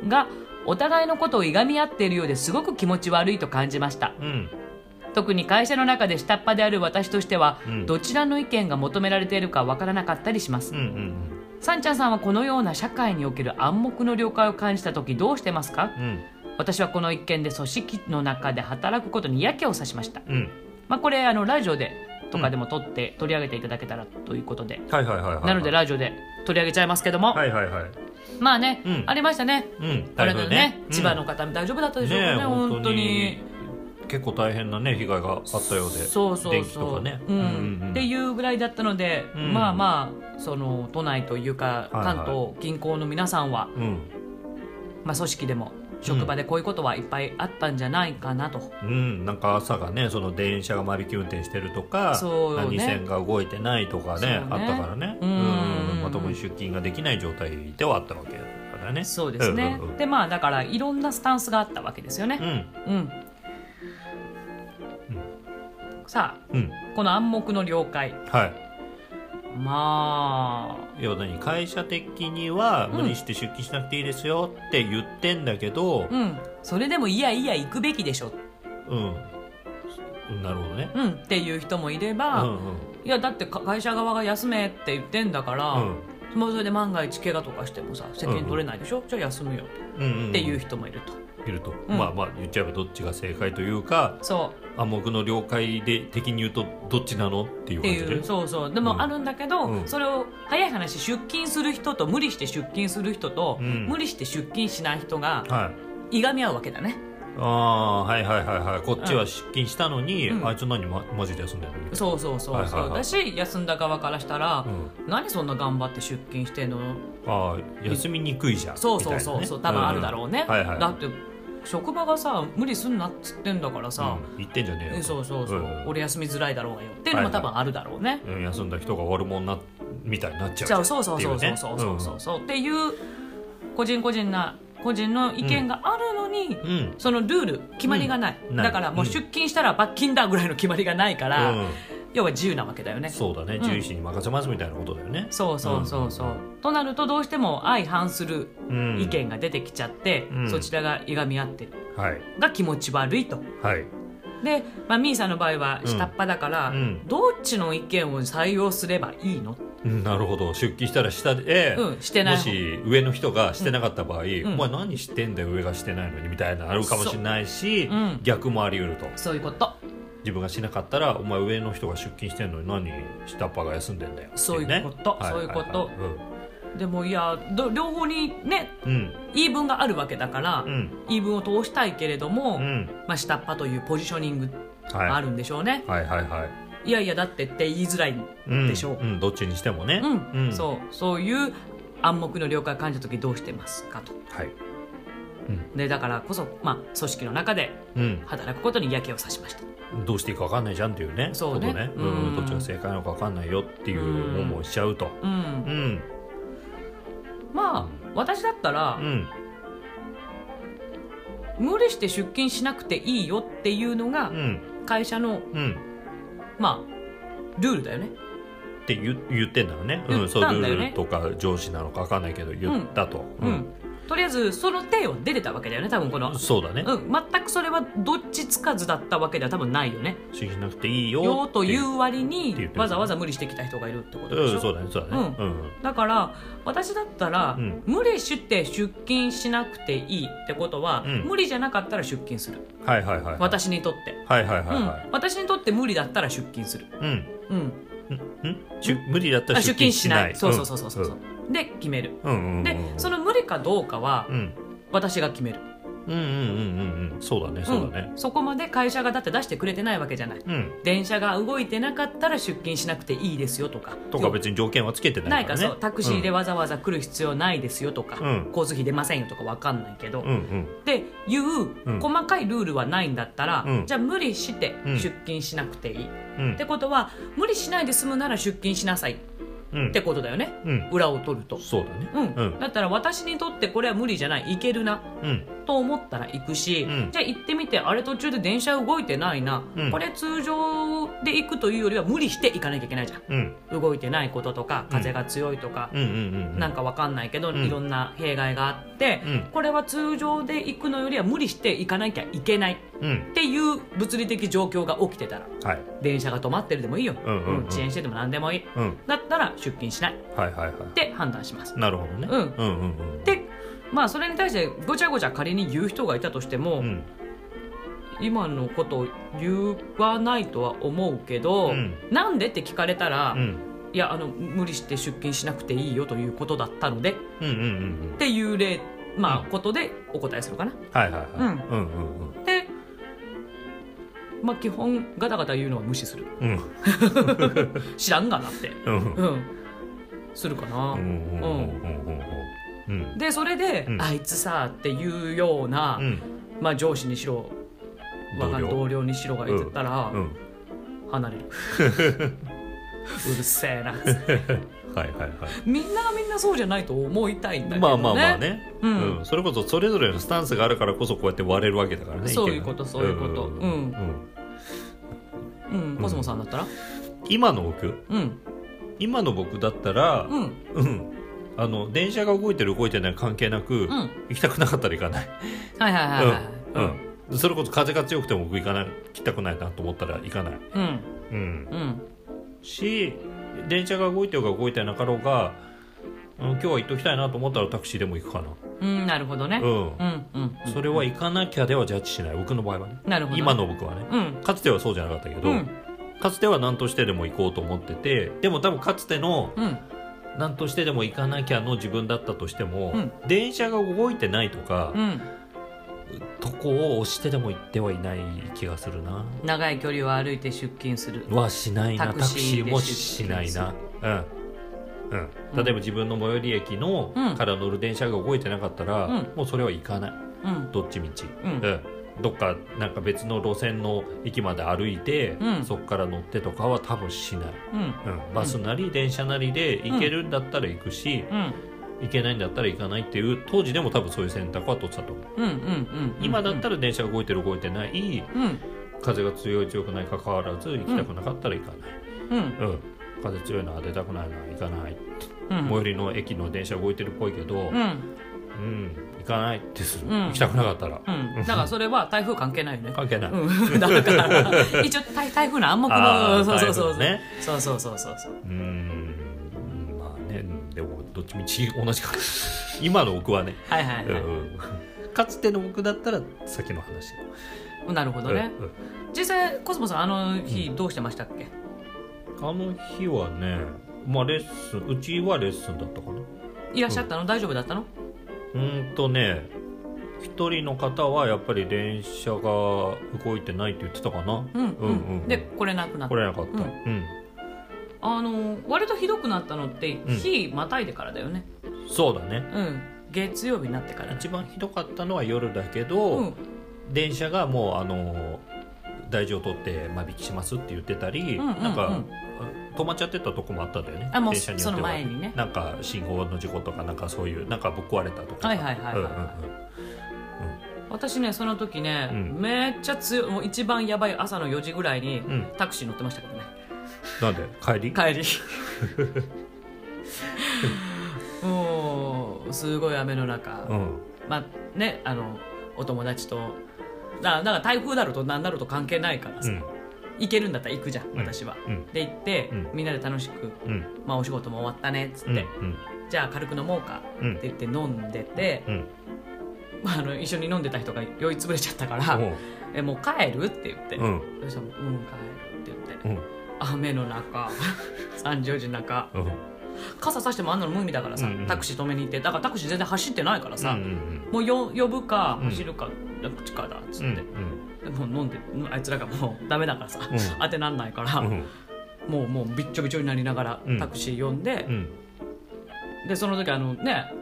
[SPEAKER 2] うん。
[SPEAKER 1] がお互いのことをいがみ合っているようですごく気持ち悪いと感じました
[SPEAKER 2] うん。
[SPEAKER 1] 特に会社の中で下っ端である私としては、
[SPEAKER 2] うん
[SPEAKER 1] どちらの意見が求められているかわからなかったりします、
[SPEAKER 2] うん。うん。
[SPEAKER 1] さんちゃんさんはこのような社会における暗黙の了解を感じた時どうしてますか
[SPEAKER 2] うん。
[SPEAKER 1] 私はこの一件で組織の中で働くことに嫌気をさしました、
[SPEAKER 2] うん。
[SPEAKER 1] まあ、これあのラジオでとかでも撮って、取り上げていただけたらということで
[SPEAKER 2] はいはいはいはい。
[SPEAKER 1] なのでラジオで取り上げちゃいますけども、
[SPEAKER 2] はいはいはい。
[SPEAKER 1] まあね、
[SPEAKER 2] うん
[SPEAKER 1] ありましたね
[SPEAKER 2] うん。
[SPEAKER 1] あれだよね、千葉
[SPEAKER 2] の。
[SPEAKER 1] の方も大丈夫だったでしょうか
[SPEAKER 2] ね
[SPEAKER 1] ね
[SPEAKER 2] え、
[SPEAKER 1] 本
[SPEAKER 2] 本
[SPEAKER 1] 当
[SPEAKER 2] 当
[SPEAKER 1] に
[SPEAKER 2] に。結構大変なね、被害があったようで。
[SPEAKER 1] そうそうそう
[SPEAKER 2] 電気とかね。
[SPEAKER 1] うん
[SPEAKER 2] うん
[SPEAKER 1] っていうぐらいだったので、
[SPEAKER 2] うん
[SPEAKER 1] まあまあその都内というか
[SPEAKER 2] いはい
[SPEAKER 1] 関東近郊の皆さんは、
[SPEAKER 2] うん。
[SPEAKER 1] まあ、組織でも職場でこういうことはいっぱいあったんじゃないかなと、
[SPEAKER 2] うん、なんか朝がねその電車が間引き運転してるとか、
[SPEAKER 1] そうよね
[SPEAKER 2] 何線が動いてないとかね
[SPEAKER 1] そうね
[SPEAKER 2] あったからね
[SPEAKER 1] うん
[SPEAKER 2] まともに出勤ができない状態ではあったわけだからね
[SPEAKER 1] そうですね、
[SPEAKER 2] うんうんうん
[SPEAKER 1] でまあだからいろんなスタンスがあったわけですよ
[SPEAKER 2] う
[SPEAKER 1] ね
[SPEAKER 2] ん
[SPEAKER 1] うん、さあ
[SPEAKER 2] うん
[SPEAKER 1] この暗黙の了解
[SPEAKER 2] はい
[SPEAKER 1] まあ
[SPEAKER 2] 要は何会社的には無理して出勤しなくていいですよって言ってんだけど、
[SPEAKER 1] うんそれでもいやいや行くべきでしょ、
[SPEAKER 2] うんなるほどね、
[SPEAKER 1] うん、っていう人もいれ
[SPEAKER 2] うん
[SPEAKER 1] ば、
[SPEAKER 2] うん
[SPEAKER 1] いやだってか会社側が休めって言ってんだから、
[SPEAKER 2] うん
[SPEAKER 1] もうそれで万が一怪我とかしてもさ責任取れないでしょ、じゃあ休むよ
[SPEAKER 2] うんうん、
[SPEAKER 1] っていう
[SPEAKER 2] 人
[SPEAKER 1] 人もいると、
[SPEAKER 2] いると、
[SPEAKER 1] うん
[SPEAKER 2] まあまあ言っちゃえばどっちが正解というか
[SPEAKER 1] そう
[SPEAKER 2] 暗黙の了解で的に言うとどっちなのっていう
[SPEAKER 1] って
[SPEAKER 2] 感
[SPEAKER 1] い
[SPEAKER 2] じ
[SPEAKER 1] う
[SPEAKER 2] で
[SPEAKER 1] そうそうで
[SPEAKER 2] うん
[SPEAKER 1] もあるんだけど、
[SPEAKER 2] うん
[SPEAKER 1] それを早い話出勤する人と無理して出勤する人と、
[SPEAKER 2] うん
[SPEAKER 1] 無理して出勤しない人が
[SPEAKER 2] はい
[SPEAKER 1] いがみ合うわけだね
[SPEAKER 2] ああーはいはいはいはいこっちは出勤したのに、
[SPEAKER 1] うん
[SPEAKER 2] あいつ何まマジで休んでるのみたいな
[SPEAKER 1] そうそうそうそう、
[SPEAKER 2] はいはいはい
[SPEAKER 1] だし休んだ側からしたら、何そんな頑張って出勤してんの
[SPEAKER 2] ああ休みにくいじゃん
[SPEAKER 1] そうそうそうそう、
[SPEAKER 2] みた
[SPEAKER 1] 多
[SPEAKER 2] い
[SPEAKER 1] 分
[SPEAKER 2] なね
[SPEAKER 1] あるだろうね、
[SPEAKER 2] んはいはい、
[SPEAKER 1] だって職場がさ無理すんなっつってんだからさ、
[SPEAKER 2] うん言ってんじゃねえ
[SPEAKER 1] え
[SPEAKER 2] よ
[SPEAKER 1] そうそうそう、
[SPEAKER 2] ん
[SPEAKER 1] 俺休みづらいだろうがよっていうのも多分あるだろうね、
[SPEAKER 2] うん休んだ人が悪者なみたいになっちゃう
[SPEAKER 1] じゃあそうそうそうそうそうそう
[SPEAKER 2] そ
[SPEAKER 1] そううそうっていう個人個人な個人の意見があるのに、
[SPEAKER 2] んうん
[SPEAKER 1] そのルール決まりがない、
[SPEAKER 2] うんない
[SPEAKER 1] だからもう
[SPEAKER 2] うん
[SPEAKER 1] 出勤したら罰金だぐらいの決まりがないから、
[SPEAKER 2] うん
[SPEAKER 1] 要は自由なわけだよね
[SPEAKER 2] そうだね
[SPEAKER 1] ん
[SPEAKER 2] 獣医師に任せますみたいなことだよね
[SPEAKER 1] そうそうそうそう、となるとどうしても相反する
[SPEAKER 2] うん
[SPEAKER 1] 意見が出てきちゃって、
[SPEAKER 2] うん
[SPEAKER 1] そちらがいがみ合ってる
[SPEAKER 2] はい
[SPEAKER 1] が気持ち悪いと
[SPEAKER 2] はい
[SPEAKER 1] で、まあ、ミーさんの場合は下っ端だから、
[SPEAKER 2] うんうん
[SPEAKER 1] どっちの意見を採用すればいいの、
[SPEAKER 2] うんなるほど出勤したら下で、
[SPEAKER 1] うんしてない
[SPEAKER 2] もし上の人がしてなかった場合、
[SPEAKER 1] ん
[SPEAKER 2] お前何してんだよ上がしてないのにみたいなのあるかもしれないし、
[SPEAKER 1] そううん
[SPEAKER 2] 逆もあり得ると
[SPEAKER 1] そういうこと
[SPEAKER 2] 自分がしなかったらお前上の人が出勤してんのに何下っ端が休んでんだよってね
[SPEAKER 1] そういうこと
[SPEAKER 2] ははは
[SPEAKER 1] そういうことでもいやど両方にね
[SPEAKER 2] うんうん
[SPEAKER 1] 言い分があるわけだから、
[SPEAKER 2] うん
[SPEAKER 1] 言い分を通したいけれども、
[SPEAKER 2] うん
[SPEAKER 1] まあ、下っ端というポジショニング
[SPEAKER 2] はい
[SPEAKER 1] があるんでしょうね、
[SPEAKER 2] はいはいはい
[SPEAKER 1] い、やいやだってって言いづらい
[SPEAKER 2] うん
[SPEAKER 1] でしょう、
[SPEAKER 2] んどっちにしてもね
[SPEAKER 1] うん
[SPEAKER 2] う
[SPEAKER 1] そうそういう暗黙の了解を感じた時どうしてますかと
[SPEAKER 2] はい
[SPEAKER 1] でだからこそ、まあ、組織の中で
[SPEAKER 2] うん
[SPEAKER 1] 働くことに嫌気をさしました
[SPEAKER 2] どうしていいか分かんないじゃんっていうね
[SPEAKER 1] そうね
[SPEAKER 2] ことね
[SPEAKER 1] うん
[SPEAKER 2] うんどっちが正解なのか分かんないよっていう思いしちゃうと
[SPEAKER 1] うん、
[SPEAKER 2] うん
[SPEAKER 1] まあ私だったら
[SPEAKER 2] う、ん
[SPEAKER 1] 無理して出勤しなくていいよっていうのが
[SPEAKER 2] うん
[SPEAKER 1] 会社の
[SPEAKER 2] うん
[SPEAKER 1] まあルールだよね
[SPEAKER 2] って言言ってんだよねう
[SPEAKER 1] 言
[SPEAKER 2] ん
[SPEAKER 1] っ
[SPEAKER 2] そう
[SPEAKER 1] たん
[SPEAKER 2] ル
[SPEAKER 1] だよね
[SPEAKER 2] ールとか上司なのか分かんないけど言ったと
[SPEAKER 1] うん、とりあえずその手を出れたわけだよね多分この
[SPEAKER 2] うんそうだね
[SPEAKER 1] うん、全くそれはどっちつかずだったわけでは多分ないよね。
[SPEAKER 2] 出勤しなくていいよ
[SPEAKER 1] よとい
[SPEAKER 2] って
[SPEAKER 1] う割
[SPEAKER 2] って言
[SPEAKER 1] に
[SPEAKER 2] ってる
[SPEAKER 1] わざわざ無理してきた人がいるってことでしょ、
[SPEAKER 2] うんそうだねそうだね
[SPEAKER 1] う
[SPEAKER 2] うん
[SPEAKER 1] だから私だったら、
[SPEAKER 2] うん
[SPEAKER 1] 無理して出勤しなくていいってことは、
[SPEAKER 2] うん
[SPEAKER 1] 無理じゃなかったら出勤する
[SPEAKER 2] はいはいはいはい
[SPEAKER 1] 私にとって、
[SPEAKER 2] はいはいはいは
[SPEAKER 1] うん、私にとって無理だったら出勤する、
[SPEAKER 2] いうん
[SPEAKER 1] うん、
[SPEAKER 2] んしゅ無理だった
[SPEAKER 1] あ
[SPEAKER 2] ら
[SPEAKER 1] 出
[SPEAKER 2] 出
[SPEAKER 1] 勤
[SPEAKER 2] 勤
[SPEAKER 1] し
[SPEAKER 2] し
[SPEAKER 1] な
[SPEAKER 2] ないい
[SPEAKER 1] そうそうそうそうそう、で決める
[SPEAKER 2] うんうんうんうん
[SPEAKER 1] でその無理かどうかは
[SPEAKER 2] うん
[SPEAKER 1] 私が決める、
[SPEAKER 2] うんうんうんうんうんそうだねそうだね
[SPEAKER 1] んそこまで会社がだって出してくれてないわけじゃない
[SPEAKER 2] うん
[SPEAKER 1] 電車が動いてなかったら出勤しなくていいですよとか
[SPEAKER 2] とか別に条件はつけてな
[SPEAKER 1] ないいか
[SPEAKER 2] か
[SPEAKER 1] らら
[SPEAKER 2] ね
[SPEAKER 1] そうタクシーで
[SPEAKER 2] は
[SPEAKER 1] わざわざ来る必要ないですよとか、
[SPEAKER 2] うん
[SPEAKER 1] 交通費出ませんよとかわかんないけど、
[SPEAKER 2] うん
[SPEAKER 1] っ
[SPEAKER 2] うん
[SPEAKER 1] ていう
[SPEAKER 2] うん
[SPEAKER 1] 細かいルールはないんだったら、
[SPEAKER 2] うん
[SPEAKER 1] じゃあ無理して
[SPEAKER 2] うん
[SPEAKER 1] 出勤しなくていい、
[SPEAKER 2] うん
[SPEAKER 1] ってことは無理しないで済むなら出勤しなさいっ
[SPEAKER 2] うん
[SPEAKER 1] てことだよね
[SPEAKER 2] うん
[SPEAKER 1] 裏を取ると、
[SPEAKER 2] そうだね
[SPEAKER 1] うん
[SPEAKER 2] うん
[SPEAKER 1] だったら私にとってこれは無理じゃないいけるな
[SPEAKER 2] うん
[SPEAKER 1] と思ったら行くし、
[SPEAKER 2] うん
[SPEAKER 1] じゃあ行ってみてあれ途中で電車動いてないな、
[SPEAKER 2] うん
[SPEAKER 1] これ通常で行くというよりは無理して行かなきゃいけないじゃん
[SPEAKER 2] うん
[SPEAKER 1] 動いてないこととか風が強いとか、
[SPEAKER 2] うんうんうんうん
[SPEAKER 1] なんかわかんないけど、
[SPEAKER 2] ん
[SPEAKER 1] いろんな弊害があって、
[SPEAKER 2] うん
[SPEAKER 1] これは通常で行くのよりは無理して行かなきゃいけない
[SPEAKER 2] うん
[SPEAKER 1] っていう物理的状況が起きてたら
[SPEAKER 2] はい
[SPEAKER 1] 電車が止まってるでもいいよ、
[SPEAKER 2] うんうんうん
[SPEAKER 1] 遅延してても何でもいい
[SPEAKER 2] うん
[SPEAKER 1] だったら出勤しないっ
[SPEAKER 2] はいはいは
[SPEAKER 1] て判断します
[SPEAKER 2] いなるほどね
[SPEAKER 1] うん
[SPEAKER 2] うんうんうん
[SPEAKER 1] でまあそれに対してごちゃごちゃ仮に言う人がいたとしても、
[SPEAKER 2] うん
[SPEAKER 1] 今のことを言わないとは思うけど、
[SPEAKER 2] うん
[SPEAKER 1] なんでって聞かれたら、
[SPEAKER 2] うん
[SPEAKER 1] いやあの無理して出勤しなくていいよということだったので
[SPEAKER 2] うんうんうん
[SPEAKER 1] っていう例まあ、
[SPEAKER 2] うん
[SPEAKER 1] ことでお答えするかな。
[SPEAKER 2] うんはいはいはい
[SPEAKER 1] うん
[SPEAKER 2] うんうんうん
[SPEAKER 1] で、まあ、基本ガタガタ言うのは無視する
[SPEAKER 2] うん
[SPEAKER 1] 知らんがなって
[SPEAKER 2] うん
[SPEAKER 1] うんするかな、
[SPEAKER 2] うんうんうんうんうんうんうん
[SPEAKER 1] でそれで、
[SPEAKER 2] うん
[SPEAKER 1] あいつさっていうような、
[SPEAKER 2] うん
[SPEAKER 1] まあ、上司にしろ我が
[SPEAKER 2] 同僚
[SPEAKER 1] 同僚にしろが言ってたら、
[SPEAKER 2] うん
[SPEAKER 1] 離れ
[SPEAKER 2] *laughs*
[SPEAKER 1] るうるせえな
[SPEAKER 2] はいはいはい
[SPEAKER 1] みんながみんなそうじゃないと思いたいんだけどね
[SPEAKER 2] まあまあまあね、
[SPEAKER 1] う
[SPEAKER 2] うんんそれこそそれぞれのスタンスがあるからこそこうやって割れるわけだからね
[SPEAKER 1] そういう
[SPEAKER 2] 意見が
[SPEAKER 1] ことそういうこと
[SPEAKER 2] ん
[SPEAKER 1] うんうんコスモさんだったら
[SPEAKER 2] 今の僕
[SPEAKER 1] うん
[SPEAKER 2] 今の僕だったら、
[SPEAKER 1] うん
[SPEAKER 2] うんあの電車が動いてる動いてない関係なく、
[SPEAKER 1] ん
[SPEAKER 2] 行きたくなかったら行かない、
[SPEAKER 1] はいはいはいはい
[SPEAKER 2] うんうん、それこそ風が強くても僕行かない行きたくないなと思ったら行かない、
[SPEAKER 1] うん
[SPEAKER 2] うん、
[SPEAKER 1] うん
[SPEAKER 2] し電車が動いてようが動いてなかろうが、うん、今日は行っときたいなと思ったらタクシーでも行くか
[SPEAKER 1] うんなるほどね
[SPEAKER 2] な、うん
[SPEAKER 1] うんうん
[SPEAKER 2] それは行かなきゃではジャッジしない僕の場合はね
[SPEAKER 1] なるほど
[SPEAKER 2] 今の僕はね
[SPEAKER 1] うん
[SPEAKER 2] かつてはそうじゃなかったけど、
[SPEAKER 1] うん
[SPEAKER 2] かつては何としてでも行こうと思っててでも多分かつての
[SPEAKER 1] うん
[SPEAKER 2] 何としてでも行かなきゃの自分だったとしても、
[SPEAKER 1] うん
[SPEAKER 2] 電車が動いてないとか、
[SPEAKER 1] うん
[SPEAKER 2] とこを押してでも行ってはいない気がするな
[SPEAKER 1] 長い距離を歩いて出勤する
[SPEAKER 2] はしないなタ
[SPEAKER 1] タ
[SPEAKER 2] ク
[SPEAKER 1] クシ
[SPEAKER 2] シ
[SPEAKER 1] ー
[SPEAKER 2] ー
[SPEAKER 1] で
[SPEAKER 2] もしないなうんうん、例えば自分の最寄り駅の、
[SPEAKER 1] うん
[SPEAKER 2] から乗る電車が動いてなかったら、
[SPEAKER 1] うん
[SPEAKER 2] もうそれは行かない
[SPEAKER 1] うん
[SPEAKER 2] どっちみち、
[SPEAKER 1] うん
[SPEAKER 2] どっかなんか別の路線の駅まで歩いて、
[SPEAKER 1] うん
[SPEAKER 2] そこから乗ってとかは多分しない、
[SPEAKER 1] うん
[SPEAKER 2] うん、バスなり電車なりで行けるんだったら行くし、
[SPEAKER 1] うん
[SPEAKER 2] 行けないんだったら行かないっていう当時でも多分そういう選択は取ってたと思う、
[SPEAKER 1] うんうんうん
[SPEAKER 2] 今だったら電車が動いてる動いてない
[SPEAKER 1] うん
[SPEAKER 2] 風が強い強くないかかわらず行きたくなかったら行かない、
[SPEAKER 1] うん
[SPEAKER 2] うん風強いのは出たくないのは行かない、
[SPEAKER 1] うん
[SPEAKER 2] 最寄りの駅の電車動いてるっぽいけど、
[SPEAKER 1] う
[SPEAKER 2] うん
[SPEAKER 1] ん
[SPEAKER 2] 行かないってする、
[SPEAKER 1] うん
[SPEAKER 2] 行きたくなかったら、
[SPEAKER 1] うんだからそれは台風関係ないよね
[SPEAKER 2] 関係ない、
[SPEAKER 1] うんだから一応台台風の暗黙
[SPEAKER 2] あ
[SPEAKER 1] の
[SPEAKER 2] ー
[SPEAKER 1] そうそうそうそう、
[SPEAKER 2] 台
[SPEAKER 1] そうそうそうそうそう
[SPEAKER 2] うーんまあねでもどっちみち同
[SPEAKER 1] *laughs*
[SPEAKER 2] じか今の僕はね、
[SPEAKER 1] はいはいは
[SPEAKER 2] う
[SPEAKER 1] い、
[SPEAKER 2] ん、かつての僕だったらさっきの話
[SPEAKER 1] なるほどね、実際コスモさんあの日どうしてましたっけ、
[SPEAKER 2] うんあの日はねまあレッスンうちはレッスンだったかない
[SPEAKER 1] らっしゃったの、大丈夫だったの
[SPEAKER 2] うーんとね一人の方はやっぱり電車が動いてないって言ってたかな
[SPEAKER 1] うんうん、
[SPEAKER 2] うんうんうん
[SPEAKER 1] でこれなくなっ
[SPEAKER 2] 来
[SPEAKER 1] た
[SPEAKER 2] れなかった、
[SPEAKER 1] う
[SPEAKER 2] うんん
[SPEAKER 1] あの割とひどくなったのって
[SPEAKER 2] ん
[SPEAKER 1] 日またいでからだよね
[SPEAKER 2] そうだね
[SPEAKER 1] うん、月曜日になってから
[SPEAKER 2] 一番ひどかったのは夜だけど、
[SPEAKER 1] うん
[SPEAKER 2] 電車がもうあの大事を取って間引きしますって言ってたり、
[SPEAKER 1] うんうんうん
[SPEAKER 2] なんか止まっちゃってたとこもあったんだよね
[SPEAKER 1] あもう
[SPEAKER 2] 電車によっては
[SPEAKER 1] その前にね
[SPEAKER 2] なんか信号の事故とかなんかそういうなんかぶっ壊れたとか
[SPEAKER 1] はいはいはいはい
[SPEAKER 2] うんうんうん
[SPEAKER 1] 私ねその時ね、
[SPEAKER 2] うん
[SPEAKER 1] めっちゃ強いもう一番やばい朝の4時ぐらいに、
[SPEAKER 2] ん
[SPEAKER 1] タクシー乗ってましたけどね
[SPEAKER 2] なんで帰り
[SPEAKER 1] 帰り *laughs* もうすごい雨の中、
[SPEAKER 2] うん
[SPEAKER 1] まあねあのお友達とだだから台風だろうと何だろうと関係ないから
[SPEAKER 2] う
[SPEAKER 1] さ、
[SPEAKER 2] ん
[SPEAKER 1] 行けるんだったら行くじゃん
[SPEAKER 2] ん
[SPEAKER 1] 私は、
[SPEAKER 2] うん
[SPEAKER 1] で行って、
[SPEAKER 2] うん
[SPEAKER 1] みんなで楽しく、
[SPEAKER 2] うん
[SPEAKER 1] まあ、お仕事も終わったねっつって、
[SPEAKER 2] うん
[SPEAKER 1] じゃあ軽く飲もうか
[SPEAKER 2] うん
[SPEAKER 1] って言って飲んでて、
[SPEAKER 2] うん
[SPEAKER 1] まあ、あの一緒に飲んでた人が酔いつぶれちゃったから「
[SPEAKER 2] うん
[SPEAKER 1] えもう帰る?」って言って
[SPEAKER 2] う
[SPEAKER 1] そ
[SPEAKER 2] ん
[SPEAKER 1] したら「うん帰る」って言って、
[SPEAKER 2] うん
[SPEAKER 1] 雨の中3時4時の中
[SPEAKER 2] うん
[SPEAKER 1] 傘さしてもあんなの無味だからさ、
[SPEAKER 2] うんうん
[SPEAKER 1] タクシー止めに行ってだからタクシー全然走ってないからさ、
[SPEAKER 2] うんうん
[SPEAKER 1] もうよ呼ぶか
[SPEAKER 2] うん
[SPEAKER 1] 走るかどっちかだっつ
[SPEAKER 2] う
[SPEAKER 1] っ
[SPEAKER 2] ん
[SPEAKER 1] て、でもう飲んであいつらがもうダメだからさ、
[SPEAKER 2] うん
[SPEAKER 1] 当てなんないから、
[SPEAKER 2] うん
[SPEAKER 1] もうもうびっちょびちょになりながら
[SPEAKER 2] うん
[SPEAKER 1] タクシー呼んで
[SPEAKER 2] う、ん
[SPEAKER 1] でその時あのね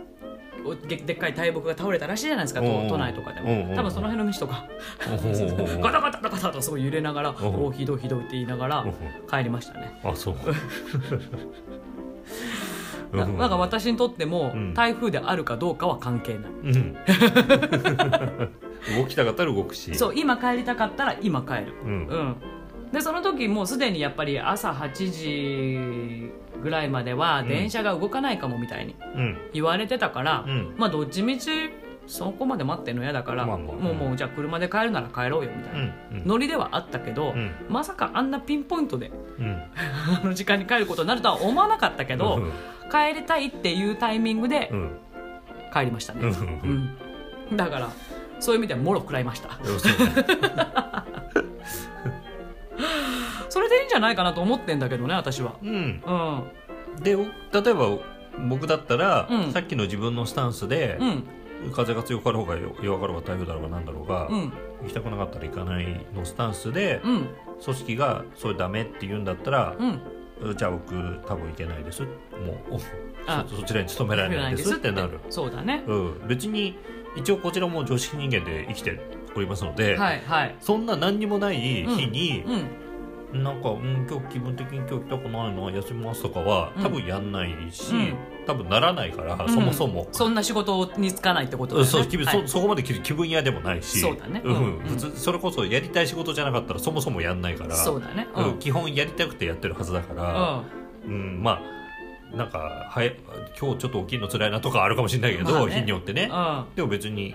[SPEAKER 1] おででっかい大木が倒れたらしいじゃないですか
[SPEAKER 2] おうお
[SPEAKER 1] 都
[SPEAKER 2] う
[SPEAKER 1] 都内とかで
[SPEAKER 2] おうおうお
[SPEAKER 1] も
[SPEAKER 2] う
[SPEAKER 1] 多分その辺の道とか
[SPEAKER 2] おほほほほ
[SPEAKER 1] ガタガタガタガタとすごい揺れながら「
[SPEAKER 2] おう
[SPEAKER 1] おおひどいひどい」って言いながら
[SPEAKER 2] おう
[SPEAKER 1] 帰りましたね
[SPEAKER 2] あそう
[SPEAKER 1] だだから
[SPEAKER 2] 私
[SPEAKER 1] 私にとっても
[SPEAKER 2] うん
[SPEAKER 1] 台風であるかどうかは関係ない
[SPEAKER 2] うん動きたかったら動くし
[SPEAKER 1] そう今帰りたかったら今帰る
[SPEAKER 2] うん
[SPEAKER 1] うんでその時もうすでにやっぱり朝8時ぐらいまでは
[SPEAKER 2] ん
[SPEAKER 1] 電車が動かないかもみたいに
[SPEAKER 2] うん
[SPEAKER 1] 言われてたから、
[SPEAKER 2] うん
[SPEAKER 1] まあどっちみちそこまで待ってんの嫌だから、
[SPEAKER 2] まあまあ
[SPEAKER 1] もう
[SPEAKER 2] うん
[SPEAKER 1] もうじゃあ車で帰るなら帰ろうよみたいな、
[SPEAKER 2] うん
[SPEAKER 1] ノリではあったけど、
[SPEAKER 2] うん
[SPEAKER 1] まさかあんなピンポイントで *laughs*
[SPEAKER 2] うん
[SPEAKER 1] あの時間に帰ることになるとは思わなかったけど、
[SPEAKER 2] うん
[SPEAKER 1] 帰りたいっていうタイミングで
[SPEAKER 2] うん
[SPEAKER 1] 帰りましたね、
[SPEAKER 2] うん
[SPEAKER 1] うんだからそういう意味ではもろ食らいました
[SPEAKER 2] うんそうね
[SPEAKER 1] それでいいんじゃないかなと思ってんだけどね私は
[SPEAKER 2] うん
[SPEAKER 1] うん
[SPEAKER 2] でお例えば僕だったら、
[SPEAKER 1] うん
[SPEAKER 2] さっきの自分のスタンスで
[SPEAKER 1] う、ん
[SPEAKER 2] 風が強かろうがよ弱かろうが台風だろうがなんだろうが、
[SPEAKER 1] うん
[SPEAKER 2] 行きたくなかったら行かないのスタンスで、
[SPEAKER 1] うん
[SPEAKER 2] 組織がそれダメって言うんだったら
[SPEAKER 1] う、ん
[SPEAKER 2] じゃあ僕多分行けないですもうお
[SPEAKER 1] あ
[SPEAKER 2] そそちらに勤められないですってなる、
[SPEAKER 1] そうだね
[SPEAKER 2] うん、別に一応こちらも常識人間で生きておりますので、
[SPEAKER 1] はいはい
[SPEAKER 2] そんな何にもない日に、
[SPEAKER 1] うん
[SPEAKER 2] なんか、うん、今日気分的に今日行きたくないの休みますとかは
[SPEAKER 1] うん
[SPEAKER 2] 多分やんないし、
[SPEAKER 1] うん
[SPEAKER 2] 多分ならないから、
[SPEAKER 1] うん
[SPEAKER 2] そもそも。
[SPEAKER 1] そんな仕事に就かないってことだ
[SPEAKER 2] う
[SPEAKER 1] よ
[SPEAKER 2] ん
[SPEAKER 1] ね
[SPEAKER 2] そう気分
[SPEAKER 1] はい
[SPEAKER 2] そそこまで気気分屋でもないし
[SPEAKER 1] そうだね
[SPEAKER 2] うん
[SPEAKER 1] うん
[SPEAKER 2] 普通それこそやりたい仕事じゃなかったらそもそもやんないから
[SPEAKER 1] そうだねう
[SPEAKER 2] うんん基本やりたくてやってるはずだから、うん、まあなんかはえ今日ちょっと起きるの辛いなとかあるかもしれないけど、
[SPEAKER 1] まあね
[SPEAKER 2] 日によってね、
[SPEAKER 1] うん
[SPEAKER 2] でも別に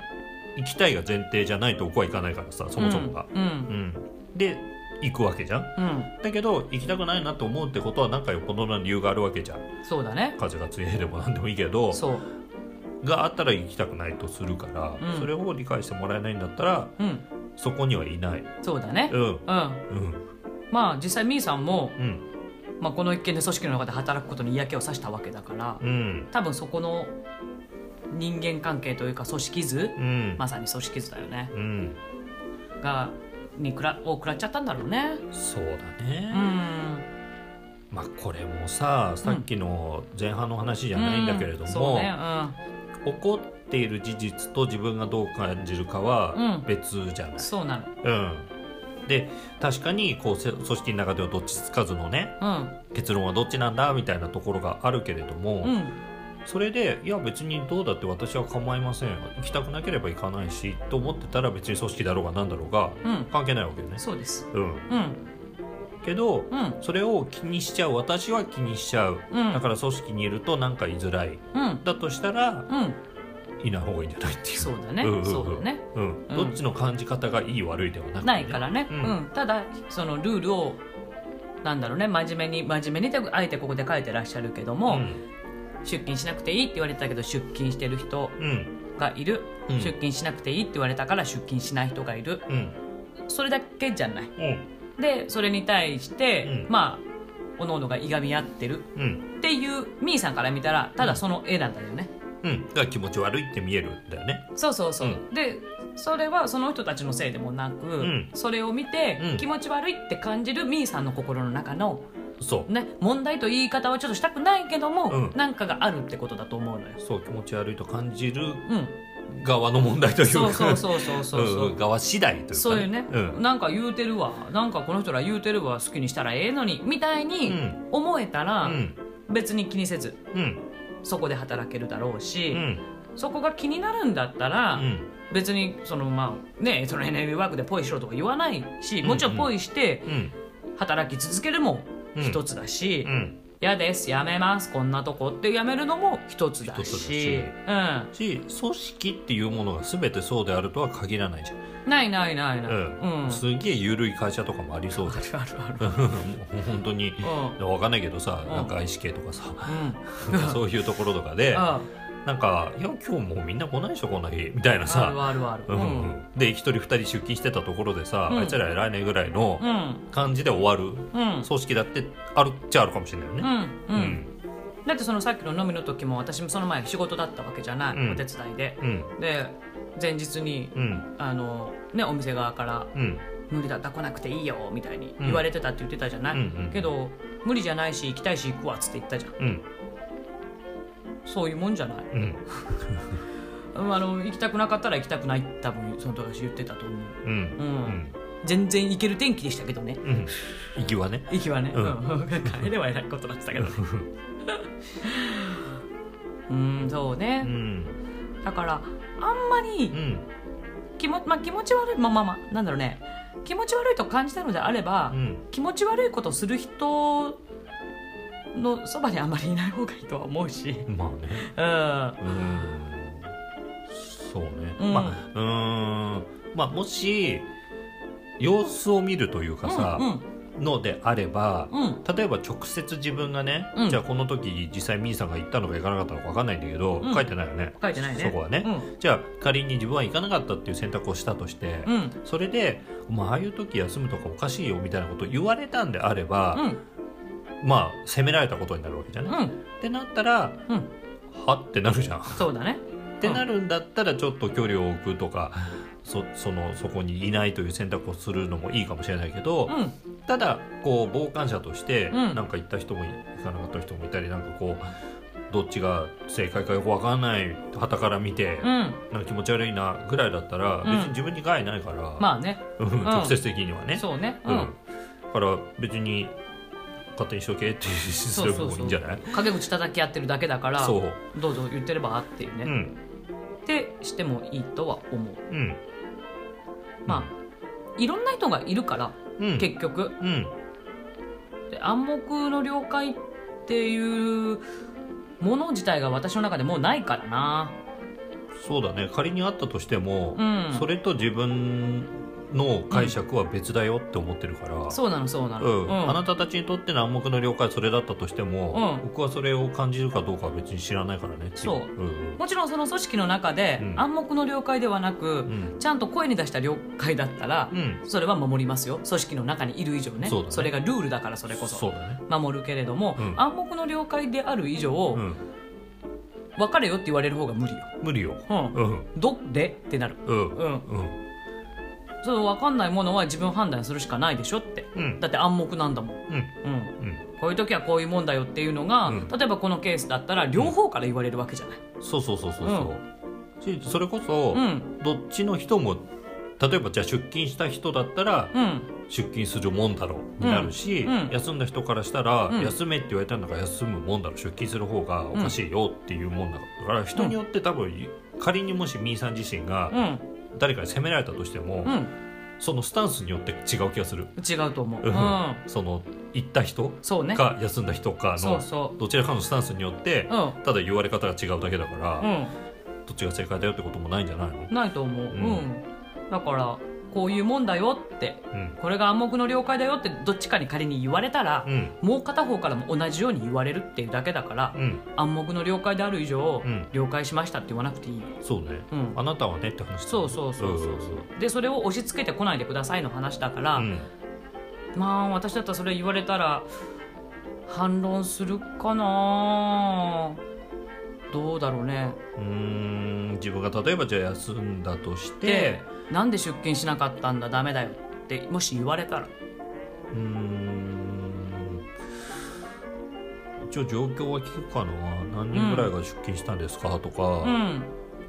[SPEAKER 2] 行きたいが前提じゃないとこは行かないからさそもそもが、
[SPEAKER 1] う
[SPEAKER 2] うん
[SPEAKER 1] ん
[SPEAKER 2] で行くわけじゃん
[SPEAKER 1] うん、
[SPEAKER 2] だけど行きたくないなと思うってことはなんかよっぽどの理由があるわけじゃん
[SPEAKER 1] うんそうだね
[SPEAKER 2] 風が強いでもなんでもいいけど
[SPEAKER 1] そう
[SPEAKER 2] があったら行きたくないとするから、
[SPEAKER 1] うん
[SPEAKER 2] それを理解してもらえないんだったら
[SPEAKER 1] うん
[SPEAKER 2] そこにはいない
[SPEAKER 1] そうだね
[SPEAKER 2] うんうん
[SPEAKER 1] うんまあ実際みーさんも、
[SPEAKER 2] うん
[SPEAKER 1] まあ、この一件で組織の中で働くことに嫌気をさしたわけだから
[SPEAKER 2] うん
[SPEAKER 1] 多分そこの人間関係というか組織図
[SPEAKER 2] うん、
[SPEAKER 1] まさに組織図だよね
[SPEAKER 2] うん、
[SPEAKER 1] がにくらを食らっちゃったんだろうね
[SPEAKER 2] そうだ
[SPEAKER 1] う
[SPEAKER 2] ね、
[SPEAKER 1] ん
[SPEAKER 2] まあこれもささっきの前半の話じゃないんだけれ
[SPEAKER 1] う
[SPEAKER 2] ど
[SPEAKER 1] ん
[SPEAKER 2] も、
[SPEAKER 1] そうね
[SPEAKER 2] 怒っている事実と自分がどう感じるかは
[SPEAKER 1] うん
[SPEAKER 2] 別じゃない
[SPEAKER 1] うん、そうなの
[SPEAKER 2] うん、で確かにこうせ組織の中ではどっちつかずのね
[SPEAKER 1] うん
[SPEAKER 2] 結論はどっちなんだみたいなところがあるけれども、
[SPEAKER 1] うん
[SPEAKER 2] それでいや別にどうだって私は構いません行きたくなければ行かないしと思ってたら別に組織だろうが何だろうが
[SPEAKER 1] うん
[SPEAKER 2] 関係ないわけよね。
[SPEAKER 1] そうです
[SPEAKER 2] うん、
[SPEAKER 1] うん
[SPEAKER 2] けど
[SPEAKER 1] うん
[SPEAKER 2] それを気にしちゃう私は気にしちゃう、
[SPEAKER 1] うん
[SPEAKER 2] だから組織にいるとなんか居づらい
[SPEAKER 1] うん
[SPEAKER 2] だとしたら
[SPEAKER 1] うん
[SPEAKER 2] いない方がいいんじゃないっていう
[SPEAKER 1] そうだね
[SPEAKER 2] んんん
[SPEAKER 1] そうだね
[SPEAKER 2] うん、
[SPEAKER 1] うん
[SPEAKER 2] どっちの感じ方がいい悪いではなくてね
[SPEAKER 1] ないからね、
[SPEAKER 2] う
[SPEAKER 1] うんんただそのルールをなんだろうね真面目に真面目にってあえてここで書いてらっしゃるけど
[SPEAKER 2] う
[SPEAKER 1] も、
[SPEAKER 2] ん
[SPEAKER 1] 出勤しなくていいって言われたけど出勤してる人
[SPEAKER 2] うん
[SPEAKER 1] がいる、
[SPEAKER 2] うん
[SPEAKER 1] 出勤しなくていいって言われたから出勤しない人がいる
[SPEAKER 2] うん
[SPEAKER 1] それだけじゃない
[SPEAKER 2] うん
[SPEAKER 1] でそれに対して、
[SPEAKER 2] うん
[SPEAKER 1] まあおのおのがいがみ合ってる
[SPEAKER 2] うん
[SPEAKER 1] っていうみーさんから見たらただその絵なんだよね、
[SPEAKER 2] うんだから気持ち悪いって見えるんだよね
[SPEAKER 1] そうそうそう、
[SPEAKER 2] う
[SPEAKER 1] でそれはその人たちのせいでもなく、
[SPEAKER 2] ん
[SPEAKER 1] それを見て、
[SPEAKER 2] うん
[SPEAKER 1] 気持ち悪いって感じるみーさんの心の中の、
[SPEAKER 2] そう
[SPEAKER 1] ね、問題と言い方はちょっとしたくないけども、
[SPEAKER 2] うん
[SPEAKER 1] なんかがあるってことだと思うのよ。
[SPEAKER 2] そう気持ち悪いと感じる
[SPEAKER 1] うん、
[SPEAKER 2] 側の問題というか
[SPEAKER 1] そうそうそうそうそうそう、
[SPEAKER 2] んん側次第というか、ね、
[SPEAKER 1] そういうね、
[SPEAKER 2] うん
[SPEAKER 1] なんか言うてるわなんかこの人ら言うてるわ好きにしたらええのにみたいうに
[SPEAKER 2] ん
[SPEAKER 1] 思えた
[SPEAKER 2] う
[SPEAKER 1] ら、
[SPEAKER 2] ん
[SPEAKER 1] 別に気にせず
[SPEAKER 2] うん
[SPEAKER 1] そこで働けるだろうし、
[SPEAKER 2] うん
[SPEAKER 1] そこが気になるんだったら、
[SPEAKER 2] うん
[SPEAKER 1] 別にそのまあねそのエネルギーワークでポイしろとか言わないし
[SPEAKER 2] うん
[SPEAKER 1] もちろんポイして
[SPEAKER 2] うん
[SPEAKER 1] 働き続けるも
[SPEAKER 2] うん
[SPEAKER 1] 一つだし
[SPEAKER 2] うん
[SPEAKER 1] 「嫌、ですやめますこんなとこ」ってやめるのも一つだし
[SPEAKER 2] 一つだし
[SPEAKER 1] うん、
[SPEAKER 2] し組織っていうものが全てそうであるとは限らないじゃん
[SPEAKER 1] ないないないない、
[SPEAKER 2] うん
[SPEAKER 1] うん
[SPEAKER 2] すげえ緩い会社とかもありそうだし
[SPEAKER 1] あるある、
[SPEAKER 2] 本当に
[SPEAKER 1] う
[SPEAKER 2] 分かんないけどさ、
[SPEAKER 1] うん
[SPEAKER 2] なんか ICK とかさ、 *laughs*
[SPEAKER 1] うん
[SPEAKER 2] なんかそういうところとかで、
[SPEAKER 1] あ
[SPEAKER 2] なんか「いや今日もうみんな来ないでしょこんな日」みたいな
[SPEAKER 1] ある
[SPEAKER 2] さ、
[SPEAKER 1] あるある
[SPEAKER 2] うんうんで一人二人出勤してたところでさ、
[SPEAKER 1] うん
[SPEAKER 2] あいつら偉いねぐらいの
[SPEAKER 1] うん
[SPEAKER 2] 感じで終わる
[SPEAKER 1] うん
[SPEAKER 2] 組織だってあるっちゃあるかもしれないよ
[SPEAKER 1] う
[SPEAKER 2] ね。
[SPEAKER 1] んうんだってそのさっきの飲みの時も私もその前仕事だったわけじゃない、
[SPEAKER 2] うん
[SPEAKER 1] お手伝いで
[SPEAKER 2] うんうん
[SPEAKER 1] で前日に
[SPEAKER 2] うん
[SPEAKER 1] あのねお店側から
[SPEAKER 2] うん
[SPEAKER 1] 無理だったら来なくていいよみたいに言われてたって言ってたじゃない、
[SPEAKER 2] うんうんうん
[SPEAKER 1] けど無理じゃないし行きたいし行くわっつって言ったじゃん
[SPEAKER 2] うん
[SPEAKER 1] そういうもんじゃない、
[SPEAKER 2] うん
[SPEAKER 1] うんあの行きたくなかったら行きたくないって多分その私言ってたと思う
[SPEAKER 2] うん
[SPEAKER 1] う
[SPEAKER 2] うんん
[SPEAKER 1] 全然行ける天気でしたけどね
[SPEAKER 2] うん行きはね。
[SPEAKER 1] 行きはね、
[SPEAKER 2] うん
[SPEAKER 1] うん帰ればえらいことだったけどね *laughs* うんそう
[SPEAKER 2] う
[SPEAKER 1] ね、
[SPEAKER 2] ん
[SPEAKER 1] だからあんま
[SPEAKER 2] う
[SPEAKER 1] り
[SPEAKER 2] ん
[SPEAKER 1] 気も、まあ、気持ち悪いまあまあまあなんだろうね気持ち悪いと感じたのであれば、
[SPEAKER 2] うん
[SPEAKER 1] 気持ち悪いことする人のそばにあまりいない方がいいとは思うし
[SPEAKER 2] まあね。
[SPEAKER 1] うん
[SPEAKER 2] うーんそうね、
[SPEAKER 1] うん
[SPEAKER 2] まあうーんまあもし様子を見るというかさ、
[SPEAKER 1] うん
[SPEAKER 2] のであれば、
[SPEAKER 1] うんうん
[SPEAKER 2] 例えば直接自分がね、
[SPEAKER 1] うん
[SPEAKER 2] じゃあこの時実際ミーさんが行ったのか行かなかったのか分かんないんだけど、
[SPEAKER 1] うん
[SPEAKER 2] 書いてないよね
[SPEAKER 1] 書いてないね
[SPEAKER 2] そこはね、
[SPEAKER 1] うん
[SPEAKER 2] じゃあ仮に自分は行かなかったっていう選択をしたとして、
[SPEAKER 1] うん
[SPEAKER 2] それで、まあ、ああいう時休むとかおかしいよみたいなことを言われたんであれ
[SPEAKER 1] う
[SPEAKER 2] ば、
[SPEAKER 1] ん
[SPEAKER 2] まあ責められたことになるわけじゃない、
[SPEAKER 1] うん
[SPEAKER 2] ってなったら
[SPEAKER 1] うん
[SPEAKER 2] はってなるじゃん
[SPEAKER 1] そうだね
[SPEAKER 2] ってなるんだったらちょっと距離を置くとかそそのそこにいないという選択をするのもいいかもしれないけど、
[SPEAKER 1] うん
[SPEAKER 2] ただこう傍観者として
[SPEAKER 1] うん
[SPEAKER 2] なんか行った人もい行かなかった人もいたりなんかこうどっちが正解かよく分かんない旗から見て、
[SPEAKER 1] うん
[SPEAKER 2] なんか気持ち悪いなぐらいだったら
[SPEAKER 1] うん
[SPEAKER 2] 別に自分に害ないから、
[SPEAKER 1] まあね
[SPEAKER 2] うん直接的にはね。
[SPEAKER 1] そうね
[SPEAKER 2] う
[SPEAKER 1] うんん
[SPEAKER 2] だから別に勝手にしとけっていうす
[SPEAKER 1] そ
[SPEAKER 2] れ
[SPEAKER 1] うそ
[SPEAKER 2] ば
[SPEAKER 1] う
[SPEAKER 2] いい
[SPEAKER 1] そ
[SPEAKER 2] ん
[SPEAKER 1] う
[SPEAKER 2] じゃない
[SPEAKER 1] 陰口叩き合ってるだけだから
[SPEAKER 2] そう
[SPEAKER 1] どうぞ言ってればっていう
[SPEAKER 2] う
[SPEAKER 1] ね
[SPEAKER 2] ん
[SPEAKER 1] ってしてもいいとは思う
[SPEAKER 2] うん
[SPEAKER 1] まあいろんな人がいるから
[SPEAKER 2] うん
[SPEAKER 1] 結局
[SPEAKER 2] うん
[SPEAKER 1] で暗黙の了解っっていうもの自体が私の中でもうないからな
[SPEAKER 2] そうだね仮にあったとしても、
[SPEAKER 1] うん
[SPEAKER 2] それと自分の解釈は別だよって思ってるから、
[SPEAKER 1] そうなのそうな
[SPEAKER 2] う
[SPEAKER 1] の、
[SPEAKER 2] んあなたたちにとっての暗黙の了解はそれだったとしても、
[SPEAKER 1] うん
[SPEAKER 2] 僕はそれを感じるかどうかは別に知らないからねってい
[SPEAKER 1] そうんもちろんその組織の中で、
[SPEAKER 2] うん
[SPEAKER 1] 暗黙の了解ではなく、
[SPEAKER 2] ん
[SPEAKER 1] ちゃんと声に出した了解だったら、
[SPEAKER 2] うん、うん
[SPEAKER 1] それは守りますよ組織の中にいる以上ね
[SPEAKER 2] そうだね
[SPEAKER 1] れがルールだからそれこそ
[SPEAKER 2] そうだね、
[SPEAKER 1] 守るけれども、
[SPEAKER 2] うん
[SPEAKER 1] 暗黙の了解である以上、
[SPEAKER 2] うん、
[SPEAKER 1] 別れよって言われる方が無理よ、
[SPEAKER 2] 無理よ、
[SPEAKER 1] うん
[SPEAKER 2] うん
[SPEAKER 1] どでってなる
[SPEAKER 2] うん
[SPEAKER 1] うん
[SPEAKER 2] うん
[SPEAKER 1] それ分かんないものは自分判断するしかないでしょって、
[SPEAKER 2] うん
[SPEAKER 1] だって暗黙なんだもん、
[SPEAKER 2] うん
[SPEAKER 1] うん、
[SPEAKER 2] うん
[SPEAKER 1] こういう時はこういうもんだよっていうのが、
[SPEAKER 2] うん
[SPEAKER 1] 例えばこのケースだったら両方から言われるわけじゃない、
[SPEAKER 2] そうそうそうそうそう、しそれこそ、
[SPEAKER 1] うん
[SPEAKER 2] どっちの人も例えばじゃあ出勤した人だったら、
[SPEAKER 1] うん、
[SPEAKER 2] 出勤するもんだろうになるし、
[SPEAKER 1] うんうん
[SPEAKER 2] 休んだ人からしたら、
[SPEAKER 1] うん
[SPEAKER 2] 休めって言われたんだから休むもんだろう出勤する方がおかしいよっていうもんだから、人によって多分仮にもしミーさん自身が
[SPEAKER 1] うん、
[SPEAKER 2] 誰かに責められたとしても、
[SPEAKER 1] うん、
[SPEAKER 2] そのスタンスによって違う気がする、
[SPEAKER 1] 違うと思う、う、
[SPEAKER 2] うんんその行った人
[SPEAKER 1] そうね、
[SPEAKER 2] か休んだ人か
[SPEAKER 1] そう
[SPEAKER 2] の
[SPEAKER 1] そ
[SPEAKER 2] どちらかのスタンスによって
[SPEAKER 1] う、うん、
[SPEAKER 2] ただ言われ方が違うだけだから、
[SPEAKER 1] うん、
[SPEAKER 2] どっちが正解だよってこともないんじゃないの、
[SPEAKER 1] ないと思う、うんん、だからこういうもんだよって、
[SPEAKER 2] うん
[SPEAKER 1] これが暗黙の了解だよってどっちかに仮に言われたら
[SPEAKER 2] う、ん
[SPEAKER 1] もう片方からも同じように言われるっていうだけだから、
[SPEAKER 2] うん
[SPEAKER 1] 暗黙の了解である以上、
[SPEAKER 2] うん
[SPEAKER 1] 了解しましたって言わなくていいよ
[SPEAKER 2] そうね、
[SPEAKER 1] うん
[SPEAKER 2] あなたはねって話だ
[SPEAKER 1] そ
[SPEAKER 2] よね
[SPEAKER 1] うそうそうそう
[SPEAKER 2] うん
[SPEAKER 1] そうでそれを押し付けてこないでくださいの話だから、
[SPEAKER 2] うん
[SPEAKER 1] まあ私だったらそれ言われたら反論するかなどうだろうね
[SPEAKER 2] うーん自分が例えばじゃあ休んだとして
[SPEAKER 1] でなんで出勤しなかったんだダメだよってもし言われたら
[SPEAKER 2] うーん一応状況は聞くかな何人ぐらいが出勤したんですかとか、
[SPEAKER 1] うん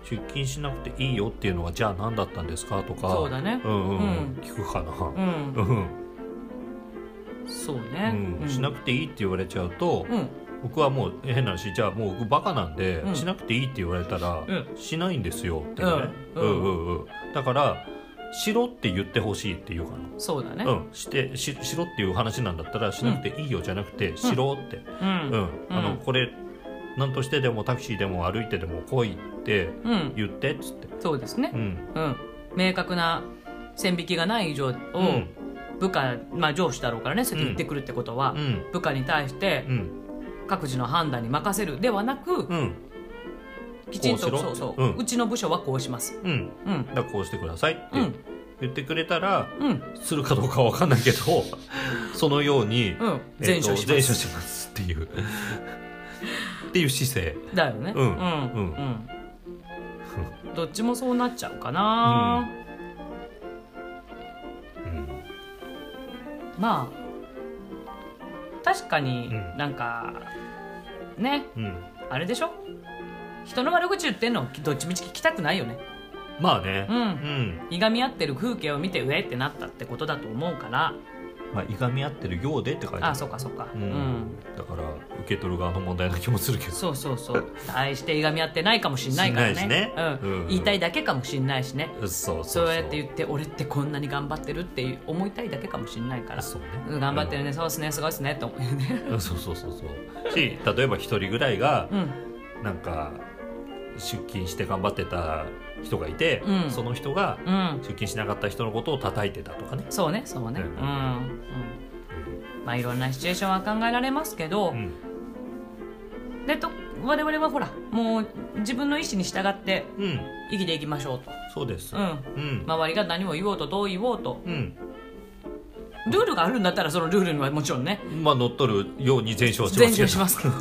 [SPEAKER 2] 出勤しなくていいよっていうのはじゃあ何だったんですかとか
[SPEAKER 1] そうだね
[SPEAKER 2] うんうん
[SPEAKER 1] うん
[SPEAKER 2] 聞くかな、
[SPEAKER 1] うん
[SPEAKER 2] うん
[SPEAKER 1] そう
[SPEAKER 2] う
[SPEAKER 1] ね、
[SPEAKER 2] んしなくていいって言われちゃうと、
[SPEAKER 1] うん
[SPEAKER 2] 僕はもう変な話じゃあもう僕バカなんで、
[SPEAKER 1] うん
[SPEAKER 2] しなくていいって言われたら、
[SPEAKER 1] う
[SPEAKER 2] しないんですよってね、
[SPEAKER 1] う
[SPEAKER 2] うんん、うんうんだからしろって言ってほしいっていうかな
[SPEAKER 1] そうだね
[SPEAKER 2] うん、してししろっていう話なんだったらしなくていいよじゃなくて、しろって、
[SPEAKER 1] う
[SPEAKER 2] うん
[SPEAKER 1] ん
[SPEAKER 2] あのこれ何としてでもタクシーでも歩いてでも来いって
[SPEAKER 1] うん、
[SPEAKER 2] 言ってっつって、
[SPEAKER 1] そうですね
[SPEAKER 2] うん
[SPEAKER 1] うん明確な線引きがない以上を
[SPEAKER 2] うん
[SPEAKER 1] 部下、まあ上司だろうからねそうやって言ってくるってことは
[SPEAKER 2] う、ん
[SPEAKER 1] 部下に対して
[SPEAKER 2] うん
[SPEAKER 1] 各自の判断に任せるではなく、
[SPEAKER 2] うん
[SPEAKER 1] きちんと
[SPEAKER 2] こうし
[SPEAKER 1] そ
[SPEAKER 2] ろ
[SPEAKER 1] うそう、う
[SPEAKER 2] うん
[SPEAKER 1] ちの部署はこうします
[SPEAKER 2] うん
[SPEAKER 1] うん
[SPEAKER 2] だからこうしてくださいっ
[SPEAKER 1] う
[SPEAKER 2] て
[SPEAKER 1] ん
[SPEAKER 2] 言ってくれたら、
[SPEAKER 1] うん
[SPEAKER 2] するかどうかは分かんな
[SPEAKER 1] *laughs*
[SPEAKER 2] いけどそのように、
[SPEAKER 1] うん
[SPEAKER 2] えっと
[SPEAKER 1] 前処しま
[SPEAKER 2] 前
[SPEAKER 1] す
[SPEAKER 2] 処しますって *laughs* いうっていう姿勢
[SPEAKER 1] だよねう、
[SPEAKER 2] うんうんん *laughs*
[SPEAKER 1] うんどっちもそうなっちゃうかな、
[SPEAKER 2] うん
[SPEAKER 1] まあ確かに
[SPEAKER 2] うん
[SPEAKER 1] なんか、ね
[SPEAKER 2] うん
[SPEAKER 1] あれでしょ人の悪口言ってんのどっちみち聞きたくないよね
[SPEAKER 2] まあね
[SPEAKER 1] うん
[SPEAKER 2] うん
[SPEAKER 1] いがみ合ってる風景を見て上ってなったってことだと思うから
[SPEAKER 2] まあ、いがみ合ってるようでって書いて
[SPEAKER 1] あ
[SPEAKER 2] あ
[SPEAKER 1] あ
[SPEAKER 2] る
[SPEAKER 1] そうかそうかう、
[SPEAKER 2] うんんだから受け取る側の問題な気もするけど
[SPEAKER 1] そうそうそう大していがみ合ってないかもしんないからね
[SPEAKER 2] しんないしね
[SPEAKER 1] う
[SPEAKER 2] うん
[SPEAKER 1] ん
[SPEAKER 2] うん
[SPEAKER 1] 言いたいだけかもしんないしね
[SPEAKER 2] そうそうそう
[SPEAKER 1] そうやって言って俺ってこんなに頑張ってるって思いたいだけかもしれないから
[SPEAKER 2] そうね
[SPEAKER 1] うん頑張ってるね、そうですねすごいですねって思うよね
[SPEAKER 2] うんそうそうそうそうし例えば一人ぐらいが
[SPEAKER 1] うん
[SPEAKER 2] なんか出勤して頑張ってた人がいて、
[SPEAKER 1] うん
[SPEAKER 2] その人が
[SPEAKER 1] うん
[SPEAKER 2] 出勤しなかった人のことを叩いてたとかね
[SPEAKER 1] そうねそうねう、
[SPEAKER 2] うんん
[SPEAKER 1] うんまあいろんなシチュエーションは考えられますけど、
[SPEAKER 2] うん
[SPEAKER 1] でと我々はほらもう自分の意思に従って
[SPEAKER 2] うん
[SPEAKER 1] 生きていきましょうと、
[SPEAKER 2] そうです
[SPEAKER 1] うん、
[SPEAKER 2] うん、
[SPEAKER 1] 周りが何を言おうとどう言おうと
[SPEAKER 2] うん
[SPEAKER 1] ルールがあるんだったらそのルールにはもちろんね
[SPEAKER 2] まあ乗っ取るように全焼しますけど
[SPEAKER 1] 前進しますけど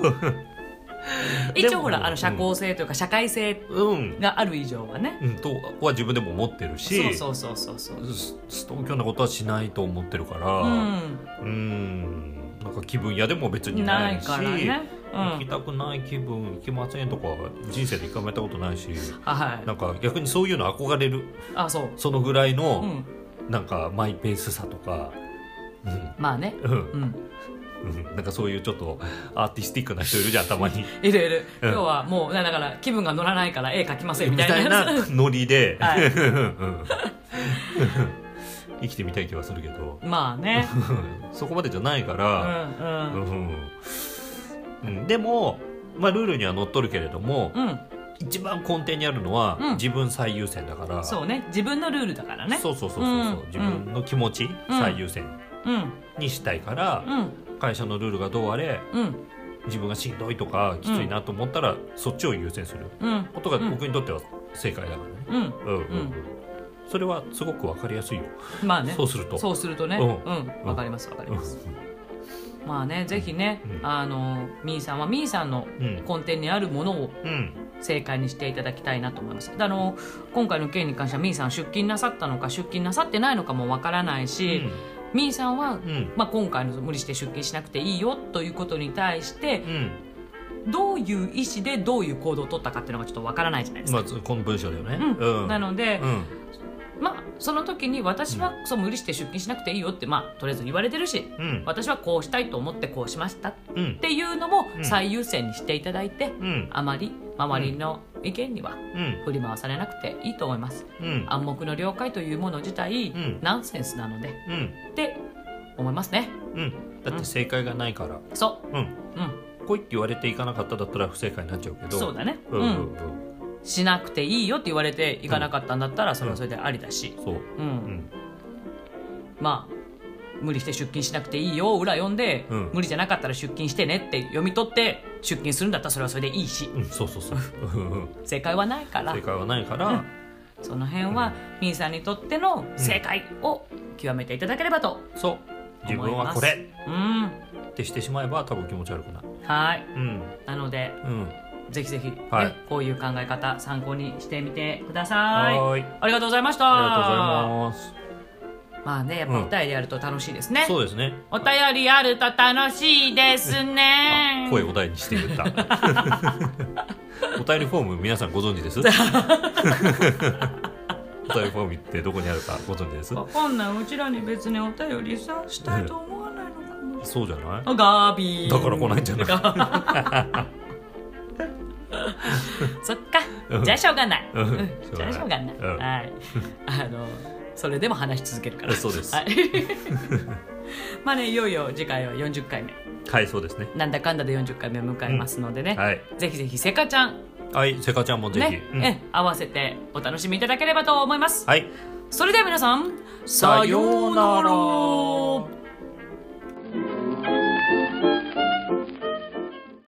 [SPEAKER 1] 一応ほ
[SPEAKER 2] で
[SPEAKER 1] ら
[SPEAKER 2] も
[SPEAKER 1] あの社交性というか社会性
[SPEAKER 2] うん、
[SPEAKER 1] がある以上はね、
[SPEAKER 2] うん、とは自分でも思ってるし
[SPEAKER 1] そうそうそうそうそう
[SPEAKER 2] スストーキョンなことはしないと思ってるから、
[SPEAKER 1] う
[SPEAKER 2] うーんなんか気分屋でも別に
[SPEAKER 1] ん、
[SPEAKER 2] な
[SPEAKER 1] ないい
[SPEAKER 2] し
[SPEAKER 1] からね、うん、
[SPEAKER 2] 行きたくない気分行きませんとか人生で一回もやったことないし
[SPEAKER 1] あはい
[SPEAKER 2] なんか逆にそういうの憧れる
[SPEAKER 1] あそう、
[SPEAKER 2] そのぐらいうの
[SPEAKER 1] ん、
[SPEAKER 2] なんかマイペースさとか、
[SPEAKER 1] まあね
[SPEAKER 2] うんうん
[SPEAKER 1] うん
[SPEAKER 2] うんなんかそういうちょっとアーティスティックな人いるじゃんた
[SPEAKER 1] *laughs*
[SPEAKER 2] まに
[SPEAKER 1] いるいる、
[SPEAKER 2] うん
[SPEAKER 1] 今日はもうなだから気分が乗らないから絵描きませんみ
[SPEAKER 2] み
[SPEAKER 1] た
[SPEAKER 2] た
[SPEAKER 1] い
[SPEAKER 2] い
[SPEAKER 1] な
[SPEAKER 2] なノリで、
[SPEAKER 1] はい
[SPEAKER 2] うん生きてみたい気はするけど
[SPEAKER 1] まあね
[SPEAKER 2] そこまでじゃないか
[SPEAKER 1] うん
[SPEAKER 2] ら、
[SPEAKER 1] うん、
[SPEAKER 2] うんうん、でも、まあ、ルールにはのっとるけれども、
[SPEAKER 1] うん
[SPEAKER 2] 一番根底にあるのは、
[SPEAKER 1] うん
[SPEAKER 2] 自分最優先だから
[SPEAKER 1] そうね自分のルールだからね
[SPEAKER 2] そうそうそうそうそ
[SPEAKER 1] う
[SPEAKER 2] う、
[SPEAKER 1] ん
[SPEAKER 2] 自分の気持ち最優先
[SPEAKER 1] うん
[SPEAKER 2] にしたいから、
[SPEAKER 1] うん
[SPEAKER 2] 会社のルールがどうあれ
[SPEAKER 1] うん
[SPEAKER 2] 自分がしんどいとかきついなと思ったら、そっちを優先する
[SPEAKER 1] うん
[SPEAKER 2] ことが僕にとっては正解だからね、
[SPEAKER 1] うん
[SPEAKER 2] うんうんうんそれはすごくわかりやすいよ、
[SPEAKER 1] まあね
[SPEAKER 2] そうすると
[SPEAKER 1] そうするとね
[SPEAKER 2] う
[SPEAKER 1] うんんわかりますわかりますまあねぜひね
[SPEAKER 2] うん
[SPEAKER 1] あのみーさんはみーさんの
[SPEAKER 2] うん
[SPEAKER 1] 根底にあるものを
[SPEAKER 2] うん
[SPEAKER 1] 正解にしていただきたいなと思います。であの今回の件に関してはみーさん出勤なさったのか出勤なさってないのかもわからないし、みーさんは、
[SPEAKER 2] うん
[SPEAKER 1] まあ、今回の無理して出勤しなくていいよということに対して
[SPEAKER 2] う、ん
[SPEAKER 1] どういう意思でどういう行動を取ったかっていうのがちょっとわからないじゃないですか。
[SPEAKER 2] まずこの文章だよね、
[SPEAKER 1] うんなので、
[SPEAKER 2] うん
[SPEAKER 1] まあ、その時に私はそう無理して出勤しなくていいよって、まあ、とりあえず言われてるし、
[SPEAKER 2] うん
[SPEAKER 1] 私はこうしたいと思ってこうしましたっ
[SPEAKER 2] うん
[SPEAKER 1] ていうのも
[SPEAKER 2] うん
[SPEAKER 1] 最優先にしていただいて、
[SPEAKER 2] うん
[SPEAKER 1] あまり周りの意見には
[SPEAKER 2] うん
[SPEAKER 1] 振り回されなくていいと思います。
[SPEAKER 2] うん
[SPEAKER 1] 暗黙の了解というもの自体、
[SPEAKER 2] うん
[SPEAKER 1] ナンセンスなので
[SPEAKER 2] うん
[SPEAKER 1] って思いますね
[SPEAKER 2] うんだって正解がないから
[SPEAKER 1] そ
[SPEAKER 2] う
[SPEAKER 1] うう
[SPEAKER 2] ん
[SPEAKER 1] ん
[SPEAKER 2] 来いって言われていかなかっただったら不正解になっちゃうけど
[SPEAKER 1] そうだね
[SPEAKER 2] う
[SPEAKER 1] うんん、
[SPEAKER 2] うん
[SPEAKER 1] しなくていいよって言われていかなかったんだったらそれはそれでありだし
[SPEAKER 2] うんそう
[SPEAKER 1] うん、
[SPEAKER 2] うん
[SPEAKER 1] まあ無理して出勤しなくていいよ裏読んで、
[SPEAKER 2] うん
[SPEAKER 1] 無理じゃなかったら出勤してねって読み取って出勤するんだったらそれはそれでいいし
[SPEAKER 2] うんそう *laughs* そうそううんうん
[SPEAKER 1] 正解はないから
[SPEAKER 2] 正解はないから
[SPEAKER 1] その辺はみーさんにとっての正解を極めていただければと
[SPEAKER 2] そう
[SPEAKER 1] 思います
[SPEAKER 2] 自分はこれ
[SPEAKER 1] うん
[SPEAKER 2] ってしてしまえば多分気持ち悪くない
[SPEAKER 1] はい
[SPEAKER 2] うん
[SPEAKER 1] なので
[SPEAKER 2] うん
[SPEAKER 1] ぜひぜひ、ね
[SPEAKER 2] はい
[SPEAKER 1] こういう考え方参考にしてみてください。
[SPEAKER 2] はーい
[SPEAKER 1] ありがとうございました。
[SPEAKER 2] ありがとうございます
[SPEAKER 1] まあね、やっぱ
[SPEAKER 2] うん
[SPEAKER 1] お便りやると楽しいですね。
[SPEAKER 2] そうですね
[SPEAKER 1] お便りやると楽しいですね。
[SPEAKER 2] 声を大にして言った *laughs* お便りフォーム皆さんご存知です *laughs* お便りフォームってどこにあるかご存知です
[SPEAKER 1] わかんない。うちらに別にお便りさ、したいと思わないのかもし
[SPEAKER 2] そうじゃない
[SPEAKER 1] れない。ガービー。
[SPEAKER 2] だから来ないんじゃない *laughs*
[SPEAKER 1] そっか。じゃあしょうがない。
[SPEAKER 2] うん
[SPEAKER 1] うんじゃあ
[SPEAKER 2] し
[SPEAKER 1] し
[SPEAKER 2] ょ
[SPEAKER 1] ょ
[SPEAKER 2] う
[SPEAKER 1] う
[SPEAKER 2] が
[SPEAKER 1] がな
[SPEAKER 2] な
[SPEAKER 1] いい。
[SPEAKER 2] うん
[SPEAKER 1] はい。あの、それでも話し続けるから。
[SPEAKER 2] そうです
[SPEAKER 1] はい。 *laughs* まあね、いよいよ次回は40回目。
[SPEAKER 2] はいそうですね
[SPEAKER 1] なんだかんだで40回目を迎えますのでね、
[SPEAKER 2] はい
[SPEAKER 1] ぜひぜひせかちゃん
[SPEAKER 2] はいせかちゃんもぜひ、
[SPEAKER 1] ね、
[SPEAKER 2] うん
[SPEAKER 1] え合わせてお楽しみいただければと思います、
[SPEAKER 2] はい
[SPEAKER 1] それでは皆さん
[SPEAKER 2] さようなら
[SPEAKER 1] さようなら